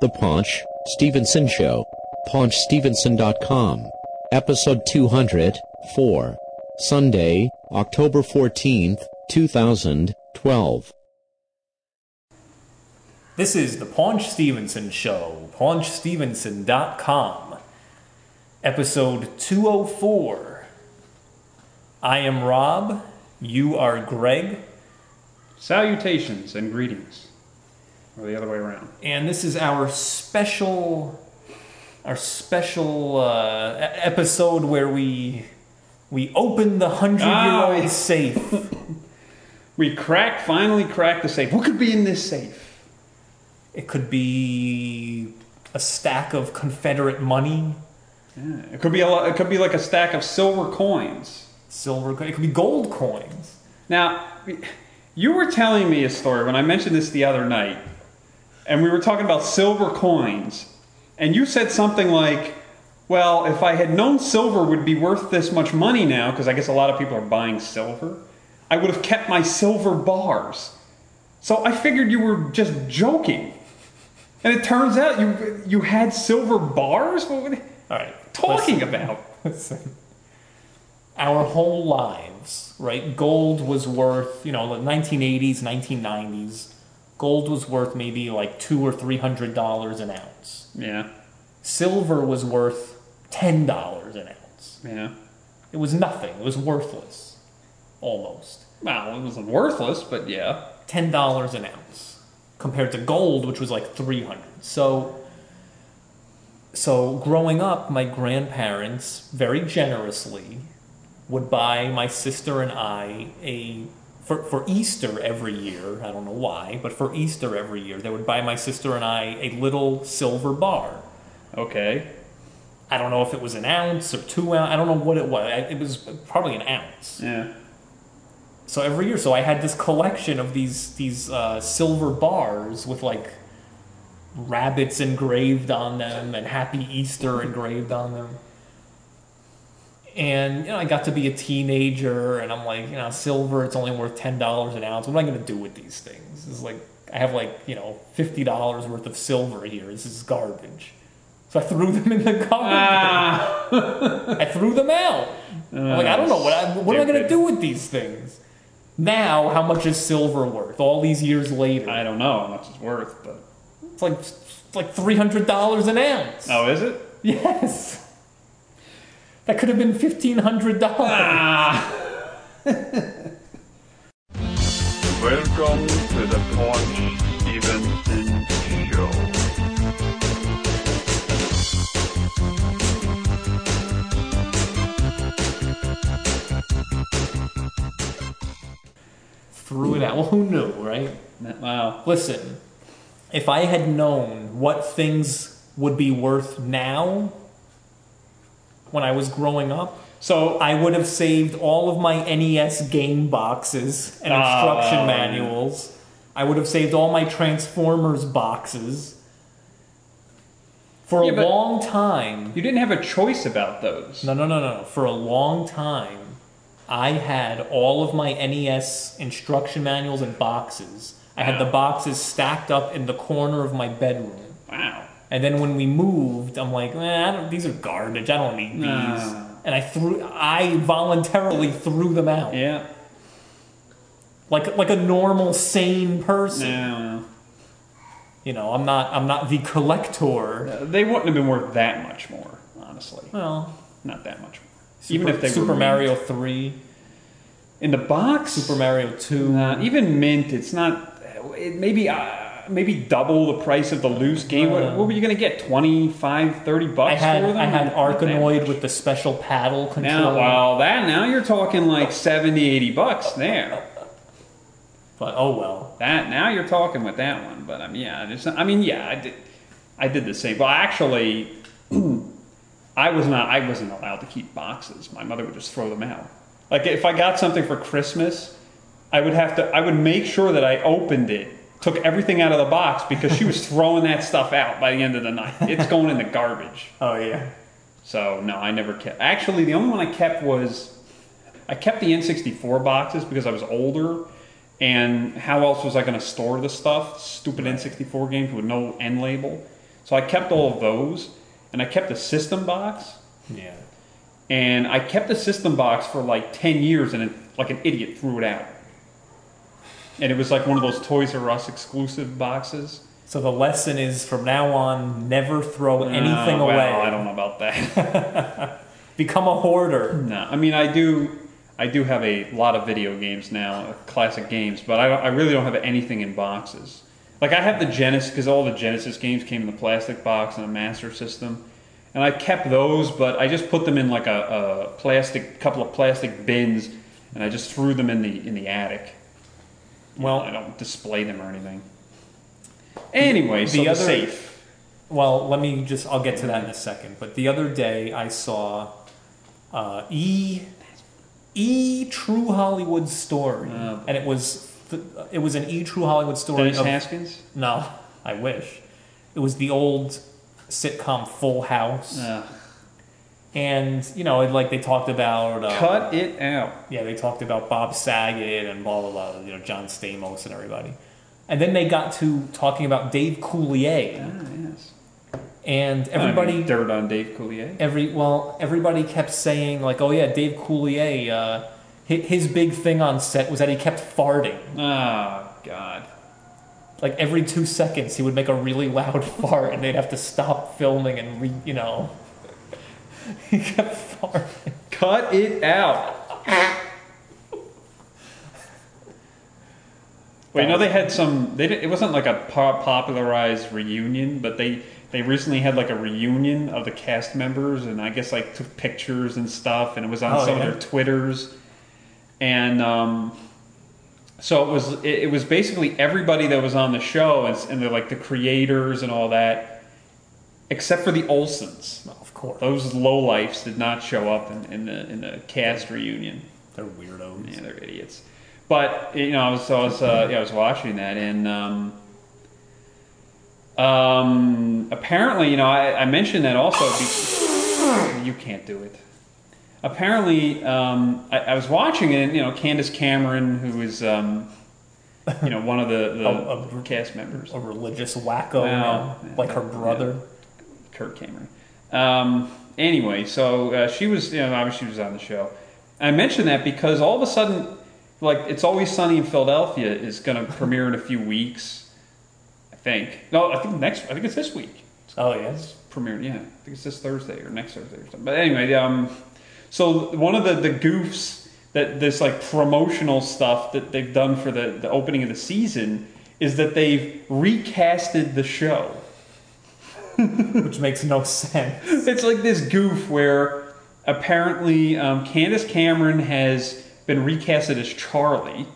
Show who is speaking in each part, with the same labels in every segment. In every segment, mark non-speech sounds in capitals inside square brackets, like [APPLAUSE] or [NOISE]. Speaker 1: The Paunch Stevenson Show, paunchstevenson.com, episode 204, Sunday, October 14th, 2012.
Speaker 2: This is the Paunch Stevenson Show, paunchstevenson.com, episode 204. I am Rob, you are Greg,
Speaker 3: Salutations and greetings. Or the other way around.
Speaker 2: and this is our special our special uh, e- episode where we we open the 100 year
Speaker 3: Ah.
Speaker 2: old safe.
Speaker 3: We crack, finally crack the safe. What could be in this safe?
Speaker 2: It could be a stack of Confederate money,
Speaker 3: Yeah. It could be a lot, it could be like a stack of silver coins.
Speaker 2: silver, co- it could be gold coins.
Speaker 3: Now, you were telling me a story when I mentioned this the other night, and we were talking about silver coins, and you said something like, "Well, if I had known silver would be worth this much money now, because I guess a lot of people are buying silver, I would have kept my silver bars." So I figured you were just joking, and it turns out you you had silver bars. What were you
Speaker 2: All right.
Speaker 3: talking about?
Speaker 2: [LAUGHS] Listen. Our whole lives, right? Gold was worth, you know, the 1980s, 1990s. Gold was worth maybe like two or three hundred dollars an ounce.
Speaker 3: Yeah,
Speaker 2: Silver was worth ten dollars an ounce.
Speaker 3: yeah.
Speaker 2: It was nothing. It was worthless, almost.
Speaker 3: Well, it was worthless, but yeah.
Speaker 2: ten dollars an ounce compared to gold, which was like three hundred. So, so growing up, my grandparents very generously would buy my sister and I a for, for Easter every year. I don't know why, but for Easter every year, they would buy my sister and I a little silver bar.
Speaker 3: Okay.
Speaker 2: I don't know if it was an ounce or two ounce. I don't know what it was. I- It was probably an ounce.
Speaker 3: Yeah.
Speaker 2: So every year, so I had this collection of these these uh, silver bars with like rabbits engraved on them and Happy Easter engraved on them. And you know, I got to be a teenager, and I'm like, you know, silver. It's only worth ten dollars an ounce. What am I going to do with these things? It's like I have like you know fifty dollars worth of silver here. This is garbage. So I threw them in the garbage.
Speaker 3: Ah.
Speaker 2: I threw them out. I'm like I don't know what I, what am I going to
Speaker 3: Stupid.
Speaker 2: do with these things? Now, how much is silver worth? All these years later,
Speaker 3: I don't know how much it's worth, but
Speaker 2: it's like it's like three hundred dollars an ounce.
Speaker 3: oh, is it?
Speaker 2: Yes. That could have been fifteen hundred dollars.
Speaker 4: Welcome to the Paunch Stevenson Show.
Speaker 2: Threw it out. Well, who knew, right?
Speaker 3: Wow.
Speaker 2: Listen, if I had known what things would be worth now, when I was growing up,
Speaker 3: So
Speaker 2: I would have saved all of my NES game boxes and
Speaker 3: Oh,
Speaker 2: instruction
Speaker 3: yeah.
Speaker 2: manuals. I would have saved all my Transformers boxes. For
Speaker 3: Yeah,
Speaker 2: a
Speaker 3: but-
Speaker 2: long time,
Speaker 3: you didn't have a choice about those.
Speaker 2: no, no, no, no, no. For a long time, I had all of my NES instruction manuals and boxes. I had
Speaker 3: Wow.
Speaker 2: the boxes stacked up in the corner of my bedroom.
Speaker 3: Wow.
Speaker 2: And then when we moved, I'm like, eh, I don't, these are garbage. I don't need these.
Speaker 3: Nah.
Speaker 2: And I threw, I voluntarily threw them out,
Speaker 3: Yeah.
Speaker 2: like like a normal, sane person.
Speaker 3: No.
Speaker 2: You know, I'm not, I'm not the collector.
Speaker 3: no. They wouldn't have been worth that much more, honestly.
Speaker 2: Well,
Speaker 3: Not that much more.
Speaker 2: Super,
Speaker 3: even if they
Speaker 2: Super
Speaker 3: were
Speaker 2: Mario Three,
Speaker 3: in the box,
Speaker 2: Super Mario Two,
Speaker 3: Nah, even mint, it's not. It maybe uh, maybe double the price of the loose game. What, what were you gonna get? 25, 30
Speaker 2: Uh, I
Speaker 3: bucks
Speaker 2: had
Speaker 3: for them?
Speaker 2: I had
Speaker 3: Not that
Speaker 2: Arkanoid
Speaker 3: much.
Speaker 2: with the special paddle
Speaker 3: Now,
Speaker 2: controller.
Speaker 3: well, that now you're talking like 70, 80 bucks there.
Speaker 2: But oh well.
Speaker 3: That now you're talking with that one, but I mean, yeah, it's, I mean, yeah, I did, I did the same. Well, actually, [CLEARS THROAT] I was not, I wasn't allowed to keep boxes. My mother would just throw them out. Like if I got something for Christmas, I would have to, I would make sure that I opened it, took everything out of the box because she was throwing that stuff out by the end of the night. It's going in the garbage.
Speaker 2: Oh yeah.
Speaker 3: So no, I never kept. Actually, the only one I kept was I kept the N64 boxes because I was older, and how else was I going to store the stuff? Stupid N64 games with no end label. So I kept all of those, and I kept a system box,
Speaker 2: Yeah.
Speaker 3: and I kept the system box for like ten years, and it, like an idiot threw it out. And it was like one of those Toys R Us exclusive boxes.
Speaker 2: So the lesson is from now on, never throw anything
Speaker 3: Uh,
Speaker 2: away.
Speaker 3: Well, I don't know about that. [LAUGHS]
Speaker 2: Become a hoarder.
Speaker 3: no, I mean I do. I do have a lot of video games now, classic games, but I, don't- I really don't have anything in boxes. Like I have the Genesis because all the Genesis games came in the plastic box and a Master System, and I kept those, but I just put them in like a, a plastic, couple of plastic bins, and I just threw them in the in the attic. Well, I don't display them or anything. Anyway, so
Speaker 2: the
Speaker 3: the
Speaker 2: other-
Speaker 3: safe.
Speaker 2: Well, let me just, I'll get to that in a second. But the other day I saw uh, E. E True Hollywood Story,
Speaker 3: Oh.
Speaker 2: and it was th- it was an E True Hollywood Story
Speaker 3: Dennis
Speaker 2: of
Speaker 3: Haskins.
Speaker 2: no, [LAUGHS] I wish it was the old sitcom Full House,
Speaker 3: Ugh.
Speaker 2: and you know it, like they talked about uh,
Speaker 3: Cut it out.
Speaker 2: Yeah, they talked about Bob Saget and blah blah blah, you know, John Stamos and everybody. And then they got to talking about Dave Coulier,
Speaker 3: Ah, yes.
Speaker 2: and everybody,
Speaker 3: I mean, dirt on Dave Coulier.
Speaker 2: every well, everybody kept saying like, "Oh yeah, Dave Coulier, uh, hi- his big thing on set was that he kept farting.
Speaker 3: Ah, God.
Speaker 2: Like every two seconds, he would make a really loud [LAUGHS] fart, and they'd have to stop filming and re, you know, [LAUGHS] he kept farting.
Speaker 3: Cut it out. Wait, no, they had some. They did, it wasn't like a po- popularized reunion, but they they recently had like a reunion of the cast members, and I guess like took pictures and stuff, and it was on
Speaker 2: Oh,
Speaker 3: some
Speaker 2: yeah.
Speaker 3: of their twitters, and um, so it was it, it was basically everybody that was on the show, and, s- and they're like the creators and all that, except for the Olsons.
Speaker 2: No, of course,
Speaker 3: Those lowlifes did not show up in, in the in the cast reunion.
Speaker 2: they're weirdos.
Speaker 3: Yeah, they're idiots. But you know, I was, I was uh, yeah, I was watching that, and um, um, apparently, you know, I, I mentioned that also. Be- you can't do it. Apparently, um, I, I was watching it. and, You know, Candace Cameron, who is um, you know one of the, the
Speaker 2: A- a-
Speaker 3: cast members,
Speaker 2: A religious wacko,
Speaker 3: Wow.
Speaker 2: man, like her
Speaker 3: Yeah.
Speaker 2: brother.
Speaker 3: Kurt Cameron. Um, anyway, so uh, she was, you know, obviously she was on the show. I mentioned that because all of a sudden, like, It's Always Sunny in Philadelphia is going to [LAUGHS] premiere in a few weeks, I think. No, I think next, I think it's this week.
Speaker 2: Oh yes.
Speaker 3: Premiere, yeah. I think it's this Thursday or next Thursday or something. But anyway, um, so one of the, the goofs that this like promotional stuff that they've done for the, the opening of the season is that they've recasted the show.
Speaker 2: which makes no sense.
Speaker 3: It's like this goof where apparently um, Candace Cameron has been recasted as Charlie.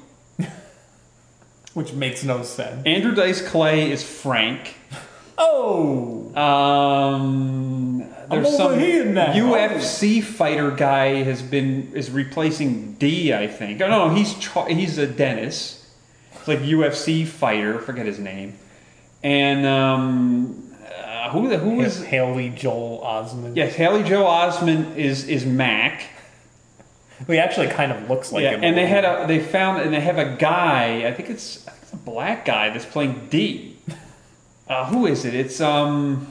Speaker 2: Which makes no sense.
Speaker 3: Andrew Dice Clay is Frank.
Speaker 2: Oh,
Speaker 3: Um, there's
Speaker 2: over
Speaker 3: some
Speaker 2: here now.
Speaker 3: UFC fighter guy has been is replacing D. I think. Oh no, he's Char- he's a Dennis. It's like UFC fighter. Forget his name. And um, uh, who the who is
Speaker 2: Haley Joel Osment.
Speaker 3: yes Haley Joe Osment is is Mac.
Speaker 2: he actually kind of looks like
Speaker 3: yeah,
Speaker 2: him.
Speaker 3: and they had a they found and they have a guy. I think it's, I think it's a black guy that's playing D. Uh, who is it? It's um.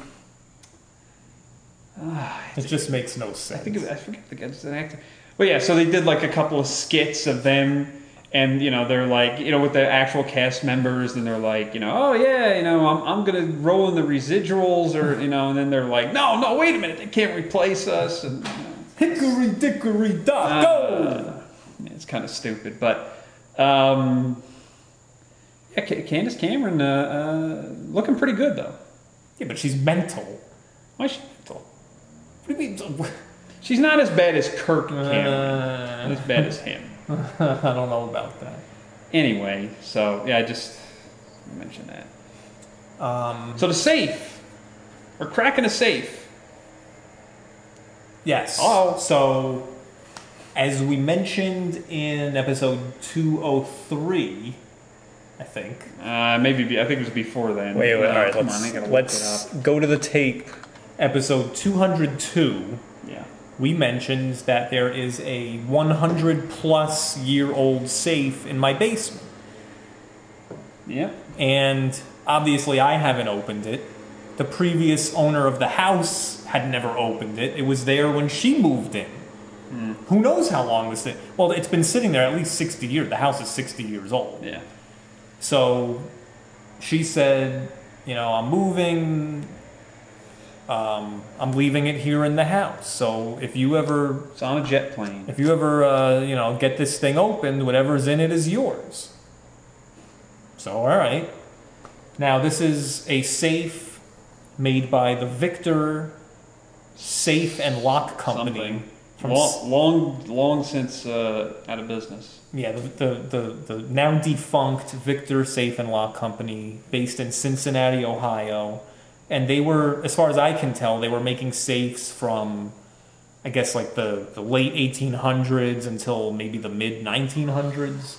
Speaker 2: It just makes no sense.
Speaker 3: I think it- I forget the guy's an actor. But yeah, so they did like a couple of skits of them, and you know they're like you know with the actual cast members, and they're like you know oh yeah you know I'm I'm gonna roll in the residuals or you know, and then they're like no no wait a minute they can't replace us and. You know,
Speaker 2: Hickory dickory dock go.
Speaker 3: Uh, yeah, it's kind of stupid, but um, yeah, Ca- Candace Cameron uh, uh, looking pretty good though.
Speaker 2: Yeah, but she's mental.
Speaker 3: Why she,
Speaker 2: What do you mean?
Speaker 3: she's not as bad as Kirk
Speaker 2: Uh-huh.
Speaker 3: Cameron, not
Speaker 2: Uh,
Speaker 3: as bad as him.
Speaker 2: [LAUGHS] I don't know about that.
Speaker 3: Anyway, so yeah, I just mentioned that.
Speaker 2: Um,
Speaker 3: So the safe, we're cracking a safe.
Speaker 2: yes.
Speaker 3: Oh.
Speaker 2: so as we mentioned in episode two hundred three, I think.
Speaker 3: Uh, maybe be, I think it was before then.
Speaker 2: Wait, wait,
Speaker 3: Uh,
Speaker 2: all right.
Speaker 3: come on, I gotta
Speaker 2: Let's
Speaker 3: look
Speaker 2: let's
Speaker 3: it
Speaker 2: go to the tape. Episode two hundred two.
Speaker 3: up. Yeah.
Speaker 2: we mentioned that there is a 100 plus year old safe in my basement.
Speaker 3: Yep.
Speaker 2: And obviously, I haven't opened it. The previous owner of the house had never opened it. It was there when she moved in. Who knows how long this thing? Well, it's been sitting there at least 60 years. The house is 60 years old.
Speaker 3: Yeah.
Speaker 2: So she said, you know, I'm moving. Um, I'm leaving it here in the house. So if you ever,
Speaker 3: It's on a jet plane.
Speaker 2: if you ever, uh, you know, get this thing opened, whatever's in it is yours. So all right. Now this is a safe made by the Victor Safe and Lock Company.
Speaker 3: Something.
Speaker 2: From S-
Speaker 3: Long, long, long since uh, out of business.
Speaker 2: Yeah, the, the, the, the now defunct Victor Safe and Lock Company, based in Cincinnati, Ohio. And they were, as far as I can tell, they were making safes from, I guess, like the, the late 1800s until maybe the mid 1900s.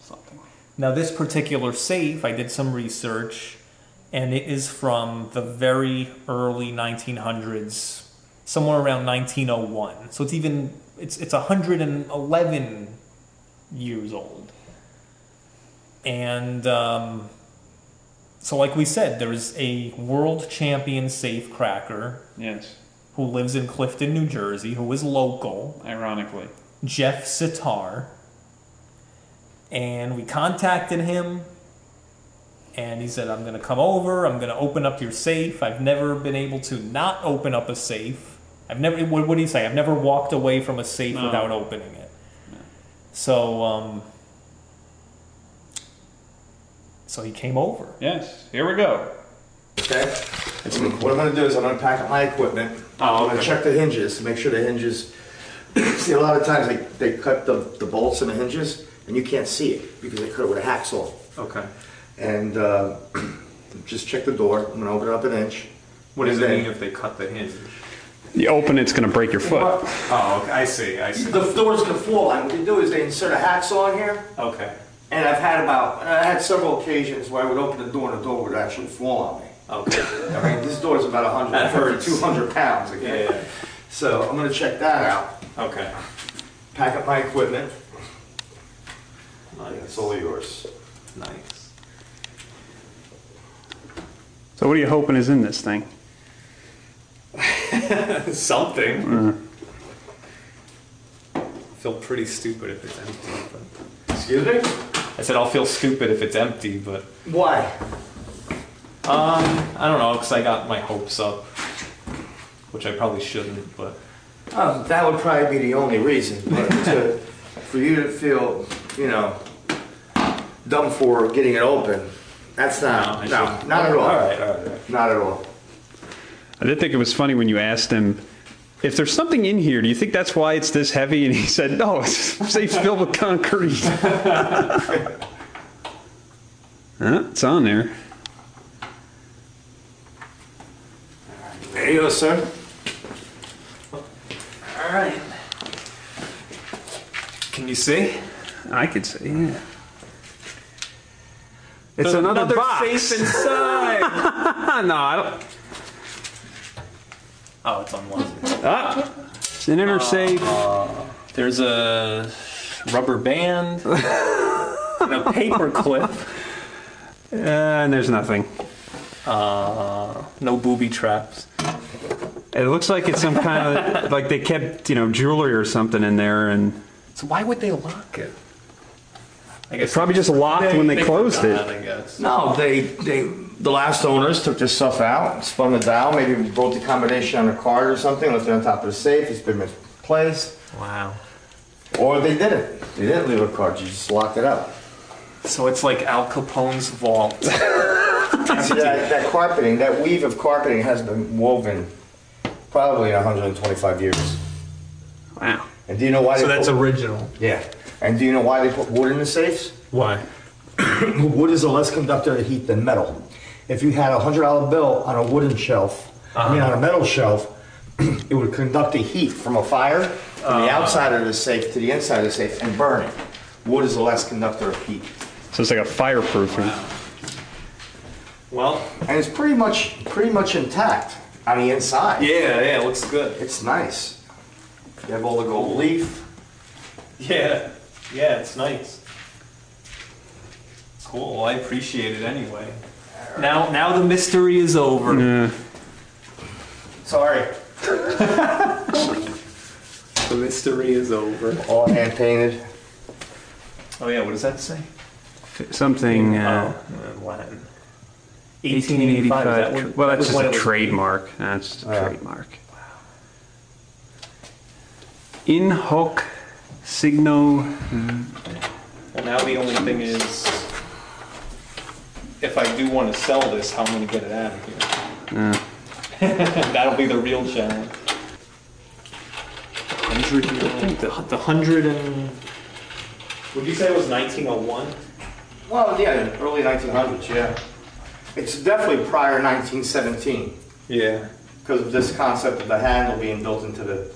Speaker 3: Something.
Speaker 2: Now, this particular safe, I did some research, and it is from the very early 1900s, somewhere around 1901. So it's even it's it's 111 years old. And um, so, like we said, there's a world champion safe cracker
Speaker 3: Yes.
Speaker 2: who lives in Clifton, New Jersey, who is local.
Speaker 3: Ironically.
Speaker 2: Jeff Sitar, and we contacted him, and he said, "I'm going to come over. I'm going to open up your safe. I've never been able to not open up a safe. I've never. What, what do you say? I've never walked away from a safe
Speaker 3: No.
Speaker 2: without opening it. So, um, so he came over.
Speaker 3: Yes. Here we go.
Speaker 5: Okay. What I'm going to do is I'm going to pack up my equipment.
Speaker 3: Oh,
Speaker 5: I'm going to
Speaker 3: okay.
Speaker 5: check the hinges to make sure the hinges. [CLEARS THROAT] see, a lot of times they, they cut the, the bolts and the hinges, and you can't see it because they cut it with a hacksaw.
Speaker 3: Okay.
Speaker 5: And uh, [CLEARS THROAT] just check the door. I'm going to open it up an inch.
Speaker 6: What does
Speaker 5: And
Speaker 6: it
Speaker 5: then-
Speaker 6: mean if they cut the hinge?
Speaker 3: You open, it's going to break your foot.
Speaker 6: Oh, okay, I see, I see.
Speaker 5: The door's going to fall out. What they do is they insert a hacksaw in here.
Speaker 6: Okay,
Speaker 5: And I've had about, I had several occasions where I would open the door and the door would actually fall on me.
Speaker 6: Oh, okay.
Speaker 5: I mean, this door is about 130, 200 pounds. Okay?
Speaker 6: Yeah, yeah.
Speaker 5: So I'm going to check that out.
Speaker 6: Okay.
Speaker 5: Pack up my equipment. It's
Speaker 6: Nice.
Speaker 5: all yours.
Speaker 6: Nice.
Speaker 3: So, what are you hoping is in this thing?
Speaker 6: [LAUGHS] Something.
Speaker 3: Uh-huh.
Speaker 6: Feel pretty stupid if it's empty.
Speaker 5: Excuse me?
Speaker 6: But I said I'll feel stupid if it's empty, but
Speaker 5: Why?
Speaker 6: um, I don't know, cause I got my hopes up, which I probably shouldn't. But
Speaker 5: Um, that would probably be the only reason. But to, for you to feel, you know, dumb for getting it open, that's not,
Speaker 6: I
Speaker 5: no,
Speaker 6: shouldn't.
Speaker 5: not at all.
Speaker 6: All right, all right, all right.
Speaker 5: Not at all.
Speaker 3: I did think it was funny when you asked him, if there's something in here, do you think that's why it's this heavy? And he said, no, it's safe's filled with [LAUGHS] concrete. Huh, it's on there.
Speaker 5: There you go, sir.
Speaker 6: All right. Can you see?
Speaker 3: I could say, yeah.
Speaker 5: It's
Speaker 6: safe inside.
Speaker 3: Ah, no, I don't.
Speaker 6: oh, it's unlocked.
Speaker 3: Ah, it's an uh, inner safe.
Speaker 6: There's a rubber [LAUGHS] band and a paper clip.
Speaker 3: Uh, and there's nothing.
Speaker 6: Uh, no booby traps.
Speaker 3: It looks like it's some kind of [LAUGHS] like they kept you know jewelry or something in there, and
Speaker 6: So why would they lock it? I guess
Speaker 3: it's probably just locked when they closed
Speaker 6: forgot,
Speaker 3: it.
Speaker 6: I guess.
Speaker 5: No, they, they, the last owners took this stuff out, spun the dial, maybe wrote the combination on a card or something, left it on top of the safe, it's been misplaced.
Speaker 6: Wow.
Speaker 5: Or they didn't. They didn't leave a card, you just locked it up.
Speaker 6: So it's like Al Capone's vault.
Speaker 5: See, that, that carpeting, that weave of carpeting has been woven probably 125 years.
Speaker 3: Wow.
Speaker 5: And do you know why
Speaker 6: so
Speaker 5: they
Speaker 6: that's
Speaker 5: put,
Speaker 6: original.
Speaker 5: Yeah. And do you know why they put wood in the safes?
Speaker 6: Why?
Speaker 5: Wood is a less conductor of heat than metal. If you had a hundred dollar bill on a wooden shelf, I mean on a metal shelf, [CLEARS THROAT] it would conduct the heat from a fire from the outside of the safe to the inside of the safe and burn it. Wood is a less conductor of heat,
Speaker 3: So it's like a fireproofing.
Speaker 6: Well,
Speaker 5: and it's pretty much pretty much intact on the inside.
Speaker 6: yeah, yeah, it looks good.
Speaker 5: It's nice. You have all the gold leaf.
Speaker 6: Yeah, yeah, it's nice. Cool. I appreciate it anyway.
Speaker 5: All
Speaker 2: Now, now the mystery is over.
Speaker 7: Mm-hmm.
Speaker 5: Sorry.
Speaker 6: The mystery is over.
Speaker 5: All hand painted.
Speaker 6: Oh yeah, what does that say?
Speaker 7: Something uh,
Speaker 6: Oh, in Latin.
Speaker 7: 1885.
Speaker 2: is that when-
Speaker 7: well,
Speaker 2: that was
Speaker 7: that's just
Speaker 2: when
Speaker 7: a
Speaker 2: it was-
Speaker 7: trademark. That's just a
Speaker 5: Yeah.
Speaker 7: trademark. In hoc signo.
Speaker 6: Well, now the only thing is, if I do want to sell this, how I'm going to get it out of here. [LAUGHS] That'll be the real challenge. Hundred year old.
Speaker 2: The hundred and
Speaker 6: Would you say it was 1901?
Speaker 5: Well, yeah, early 1900s, yeah. It's definitely prior 1917
Speaker 6: Yeah.
Speaker 5: because of this concept of the handle being built into the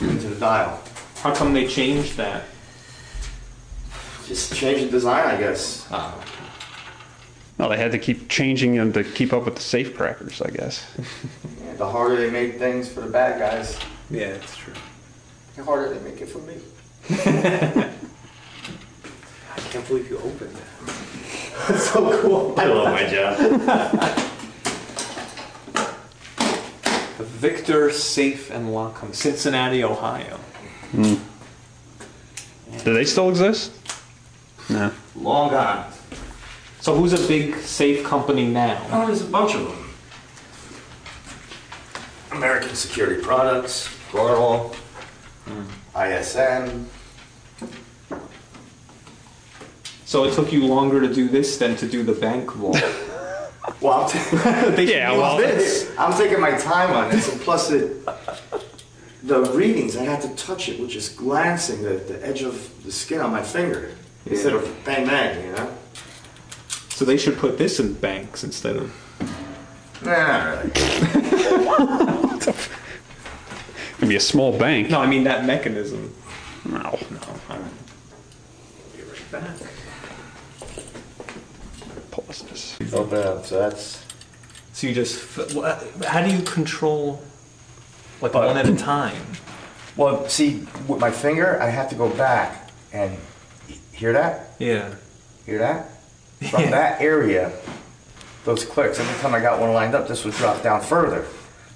Speaker 5: into the dial.
Speaker 6: How come they changed that?
Speaker 5: Just change the design, I guess.
Speaker 3: Well, they had to keep changing them to keep up with the safe crackers, I guess.
Speaker 5: Yeah, the harder they make things for the bad guys,
Speaker 6: Yeah, that's true.
Speaker 5: the harder they make it for me.
Speaker 6: I can't believe you opened that. [LAUGHS]
Speaker 5: That's so cool. I love my job.
Speaker 6: The [LAUGHS] Victor Safe and Lock Company, Cincinnati, Ohio.
Speaker 3: Do they still exist? No.
Speaker 5: Long gone.
Speaker 6: So who's a big safe company now?
Speaker 5: Oh, there's a bunch of them. American Security Products, Royal, Hmm. ISN.
Speaker 6: So it took you longer to do this than to do the bank vault.
Speaker 5: Well, I'm, [LAUGHS] t-
Speaker 3: Yeah, well,
Speaker 5: this. I'm taking my time on this, and plus it, the readings, I had to touch it, which is glancing the, the edge of the skin on my finger instead of bang bang, you know?
Speaker 6: so they should put this in banks instead of.
Speaker 5: Nah, not really.
Speaker 3: it'd be a small bank.
Speaker 6: No, I mean that mechanism.
Speaker 3: No.
Speaker 6: No, all right. Be right back.
Speaker 3: Pause this.
Speaker 5: Open it up, so that's.
Speaker 2: so you just. f- wha- How do you control, like one at a time?
Speaker 5: Well, see, with my finger, I have to go back and hear that?
Speaker 2: Yeah.
Speaker 5: Hear that? From that area, those clicks, every time I got one lined up, this would drop down further.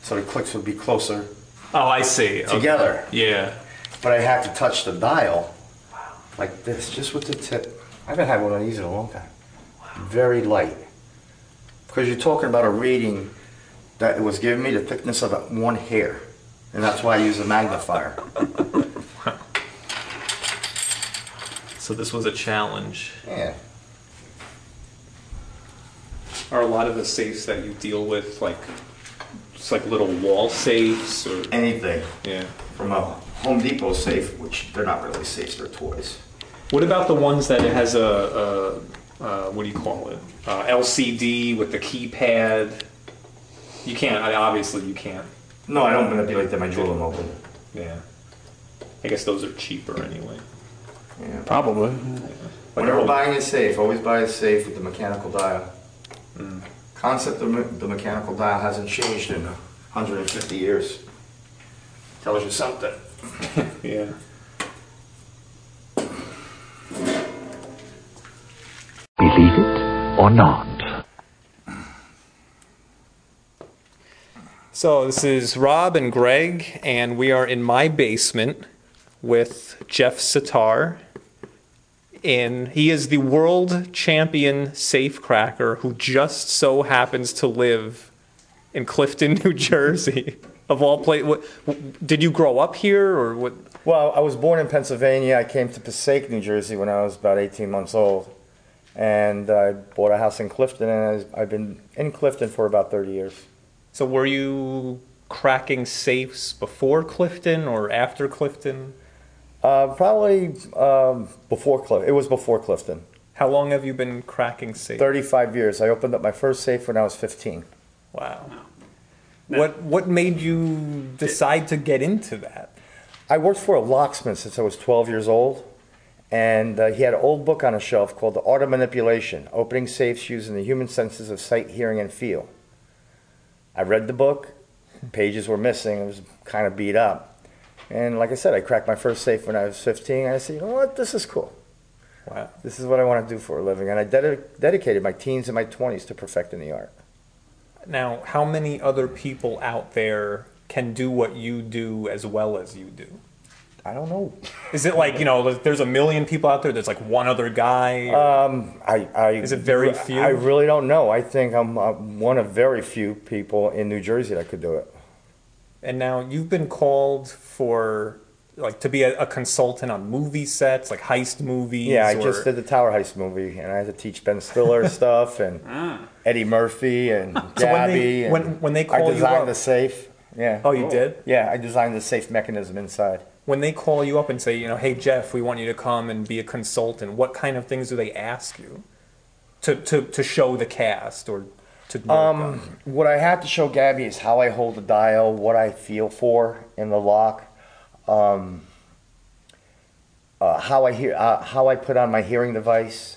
Speaker 5: So the clicks would be closer
Speaker 2: Oh, I see. Okay.
Speaker 5: together.
Speaker 2: Yeah.
Speaker 5: But I have to touch the dial like this, just with the tip. I haven't had one of these in a long time. Very light. Because you're talking about a reading that was giving me the thickness of a- one hair. And that's why I use a magnifier.
Speaker 2: So this was a challenge.
Speaker 5: Yeah.
Speaker 6: Are a lot of the safes that you deal with like just like little wall safes or
Speaker 5: Anything
Speaker 6: yeah?
Speaker 5: from a Home Depot safe, which they're not really safes, they're toys.
Speaker 6: What about the ones that it has a, a, uh what do you call it? Uh, LCD with the keypad. You can't. I, obviously, you can't.
Speaker 5: No, I don't want to be like that. I drill them open.
Speaker 6: Yeah. I guess those are cheaper anyway.
Speaker 3: Probably.
Speaker 6: Like
Speaker 5: Whenever
Speaker 6: all-
Speaker 5: buying a safe, always buy a safe with the mechanical dial. Concept of me- the mechanical dial hasn't changed in 150 years. Tells you something.
Speaker 6: Yeah.
Speaker 8: Believe it or not.
Speaker 2: So this is Rob and Greg, and we are in my basement with Jeff Sitar. And he is the world champion safe cracker who just so happens to live in Clifton, [LAUGHS] New Jersey. Of all places, what, what- did you grow up here or what?
Speaker 5: Well, I was born in Pennsylvania. I came to Passaic, New Jersey when I was about 18 months old. And I bought a house in Clifton, and I- I've been in Clifton for about 30 years.
Speaker 2: So were you cracking safes before Clifton or after Clifton?
Speaker 5: Uh, probably um, before Clifton. It was before Clifton.
Speaker 2: How long have you been cracking safes?
Speaker 5: 35 years. I opened up my first safe when I was 15.
Speaker 2: Wow. What what made you decide to get into that?
Speaker 5: I worked for a locksmith since I was 12 years old, and uh, he had an old book on a shelf called The Art of Manipulation Opening Safes Using the Human Senses of Sight, Hearing, and Feel. I read the book, pages were missing, it was kind of beat up. And like I said, I cracked my first safe when I was 15, and I said, you know what, this is cool.
Speaker 2: Wow.
Speaker 5: This is what I want to do for a living, and I dedi- dedicated my teens and my 20s to perfecting the art.
Speaker 2: Now, how many other people out there can do what you do as well as you do?
Speaker 5: I don't know.
Speaker 2: Is it like, you know, there's a million people out there, there's like one other guy?
Speaker 5: Um, I, I
Speaker 2: Is it very few?
Speaker 5: I really don't know. I think I'm uh, one of very few people in New Jersey that could do it.
Speaker 2: and now you've been called for, like, to be a, a consultant on movie sets, like heist movies.
Speaker 5: Yeah, I
Speaker 2: or-
Speaker 5: just did the Tower Heist movie, and I had to teach
Speaker 2: [LAUGHS]
Speaker 5: Ben Stiller stuff and Eddie Murphy and Gabby.
Speaker 2: Ah. So when they-
Speaker 5: and
Speaker 2: when- when they
Speaker 5: I
Speaker 2: call you
Speaker 5: designed
Speaker 2: up-
Speaker 5: the safe. Yeah.
Speaker 2: Oh, you did?
Speaker 5: Yeah, I designed the safe mechanism inside.
Speaker 2: When they call you up and say, you know, hey, Jeff, we want you to come and be a consultant, what kind of things do they ask you to, to, to show the cast or to. work
Speaker 5: Um,
Speaker 2: on?
Speaker 5: What I have to show Gabby is how I hold the dial, what I feel for in the lock, um, uh, how I hear, uh, how I put on my hearing device,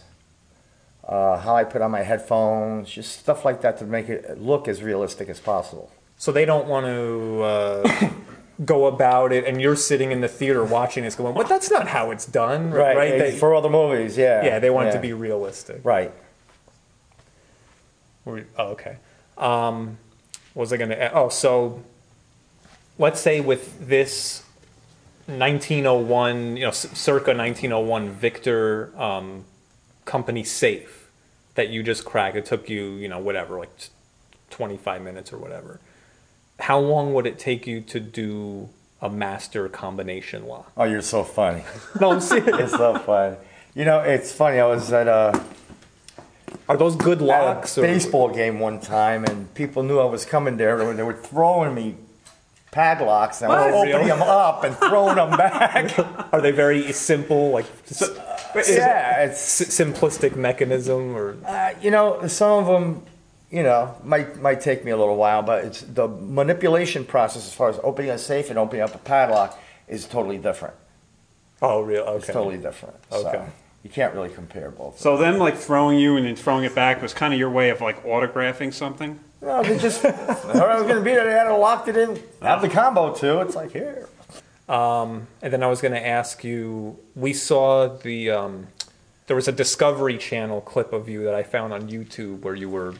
Speaker 5: uh, how I put on my headphones, just stuff like that to make it look as realistic as possible.
Speaker 2: So they don't want to
Speaker 5: [LAUGHS]
Speaker 2: uh, go about it, and you're sitting in the theater watching this, going, "Well, that's not how it's done, right?"
Speaker 5: eh,
Speaker 2: They,
Speaker 5: for all the movies, yeah.
Speaker 2: yeah, they want it to be realistic.
Speaker 5: right.
Speaker 2: Right. Oh, okay. Um, what was I going to? Oh, so let's say with this 1901, you know, c- circa 1901 Victor um, company safe that you just cracked. It took you, you know, whatever, like t- 25 minutes or whatever. How long would it take you to do a master combination lock?
Speaker 5: Oh, you're so funny.
Speaker 2: [LAUGHS] No, I'm serious.
Speaker 5: it's so funny. You know, it's funny. I was at a,
Speaker 2: Are those good locks?
Speaker 5: at a
Speaker 2: or-
Speaker 5: baseball game one time, and people knew I was coming there, and they were throwing me padlocks, and I was
Speaker 2: What?
Speaker 5: opening them up and throwing them back.
Speaker 2: [LAUGHS] Are they very simple, like s-
Speaker 5: yeah, it's
Speaker 2: s- simplistic mechanism, or
Speaker 5: uh, you know, some of them, you know, might might take me a little while, but it's the manipulation process as far as opening a safe and opening up a padlock is totally different.
Speaker 2: oh, real?
Speaker 5: It's
Speaker 2: Okay.
Speaker 5: totally different.
Speaker 2: Okay.
Speaker 5: So you can't really compare both.
Speaker 3: So them like throwing you and then throwing it back was kind of your way of like autographing something.
Speaker 5: No, they just thought [LAUGHS] I was gonna be there. They had it locked it in. Have the combo too. It's like here.
Speaker 2: Um, And then I was going to ask you. We saw the um, there was a Discovery Channel clip of you that I found on YouTube where you were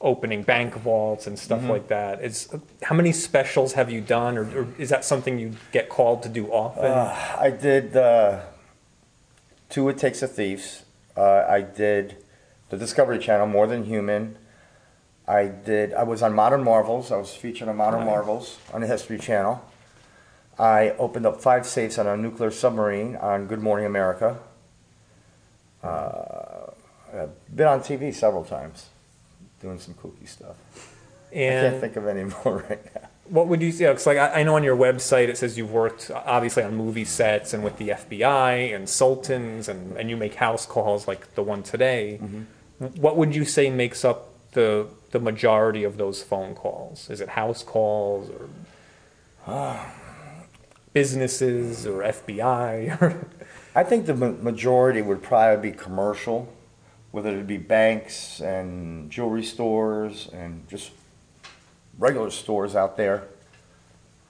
Speaker 2: opening bank vaults and stuff like that. Is how many specials have you done, or, or is that something you get called to do often?
Speaker 5: I did uh, two. It takes a thieves. Uh, I did the Discovery Channel, More Than Human. I did. I was on Modern Marvels. I was featured on Modern Marvels on the History Channel. I opened up five safes on a nuclear submarine on Good Morning America. Uh, I've been on TV several times, doing some kooky stuff. I
Speaker 2: and
Speaker 5: can't think of any [LAUGHS] more right now.
Speaker 2: What would you say? Because like I, I know on your website it says you've worked obviously on movie sets and with the FBI and Sultans and, and you make house calls like the one today. What would you say makes up the the majority of those phone calls? Is it house calls or businesses or FBI? [LAUGHS] Or
Speaker 5: I think the ma- majority would probably be commercial, whether it be banks and jewelry stores and just regular stores out there.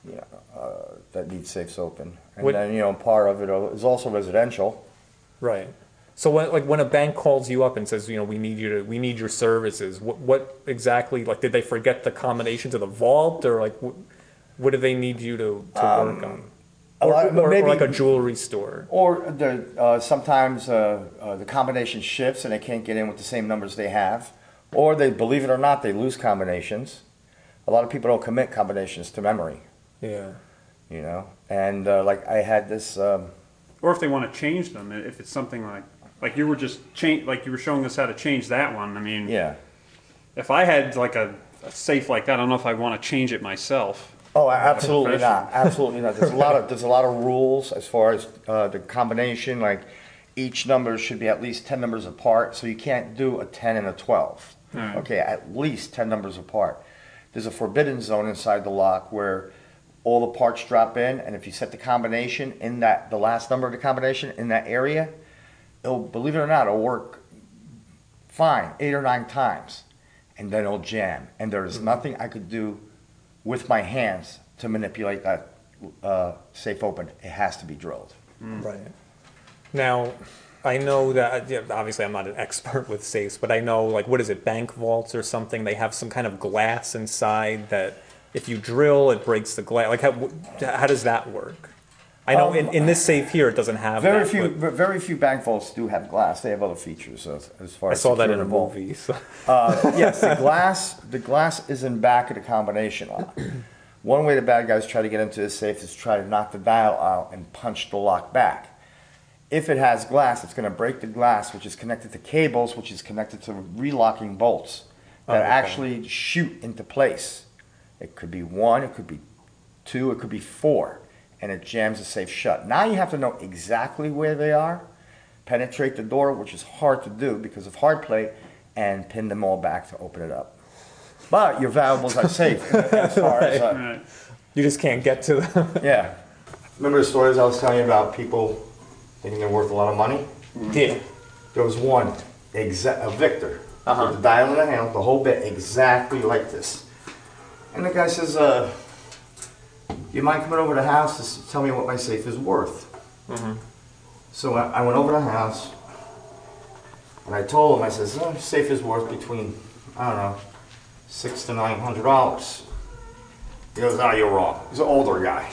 Speaker 5: You know, uh, that need safes open, and
Speaker 2: Would-
Speaker 5: then you know part of it is also residential.
Speaker 2: right. So when, like when a bank calls you up and says you know we need you to we need your services, what what exactly like did they forget the combination to the vault or like what, what do they need you to, to work on?
Speaker 5: Um, A
Speaker 2: or,
Speaker 5: lot-
Speaker 2: or- or
Speaker 5: maybe-
Speaker 2: like a jewelry store.
Speaker 5: Or the, uh, sometimes uh, uh, the combination shifts and they can't get in with the same numbers they have. Or they, believe it or not, they lose combinations. A lot of people don't commit combinations to memory,
Speaker 2: Yeah.
Speaker 5: you know. And uh, like I had this. Um,
Speaker 3: Or if they want to change them, if it's something like like you were just change like you were showing us how to change that one. I mean,
Speaker 5: Yeah.
Speaker 3: If I had like a, a safe like that, I don't know if I'd want to change it myself.
Speaker 5: Oh, a- absolutely
Speaker 3: profession.
Speaker 5: not. Absolutely not. There's a lot of there's a lot of rules as far as uh, the combination. Like each number should be at least ten numbers apart, so you can't do a ten and a twelve. Okay, at least ten numbers apart. There's a forbidden zone inside the lock where all the parts drop in, and if you set the combination in that the last number of the combination in that area, it'll believe it or not, it'll work fine eight or nine times, and then it'll jam. And there is nothing I could do with my hands to manipulate that uh, safe open. It has to be drilled.
Speaker 2: Right. Now,
Speaker 6: I know that yeah, obviously I'm not an expert with safes, but I know like what is it, bank vaults or something? They have some kind of glass inside that if you drill, it breaks the glass. Like how wh- how does that work? I know in, in this safe here it doesn't have.
Speaker 5: Very
Speaker 6: that,
Speaker 5: few,
Speaker 6: but
Speaker 5: very few bank vaults do have glass. They have other features as, as far
Speaker 6: I
Speaker 5: as
Speaker 6: saw that in a
Speaker 5: security vault.
Speaker 6: movie. So.
Speaker 5: Uh, yes, the glass. The glass is in back of the combination lock. One way the bad guys try to get into this safe is try to knock the dial out and punch the lock back. If it has glass, it's going to break the glass, which is connected to cables, which is connected to relocking bolts that actually shoot into place. It could be one, it could be two, it could be four, and it jams the safe shut. Now you have to know exactly where they are, penetrate the door, which is hard to do because of hard plate, and pin them all back to open it up. But your valuables are safe as far as uh,
Speaker 6: You just can't get to them.
Speaker 5: yeah.
Speaker 9: Remember the stories I was telling you about people thinking they're worth a lot of money?
Speaker 6: yeah.
Speaker 9: There was one, exa- a Victor, with the dial in the handle, the whole bit exactly like this. And the guy says, uh, you mind coming over to the house to s- tell me what my safe is worth? So I, I went over to the house, and I told him, I says, oh, safe is worth between, I don't know, six to nine hundred dollars. He goes, oh, you're wrong. He's an older guy.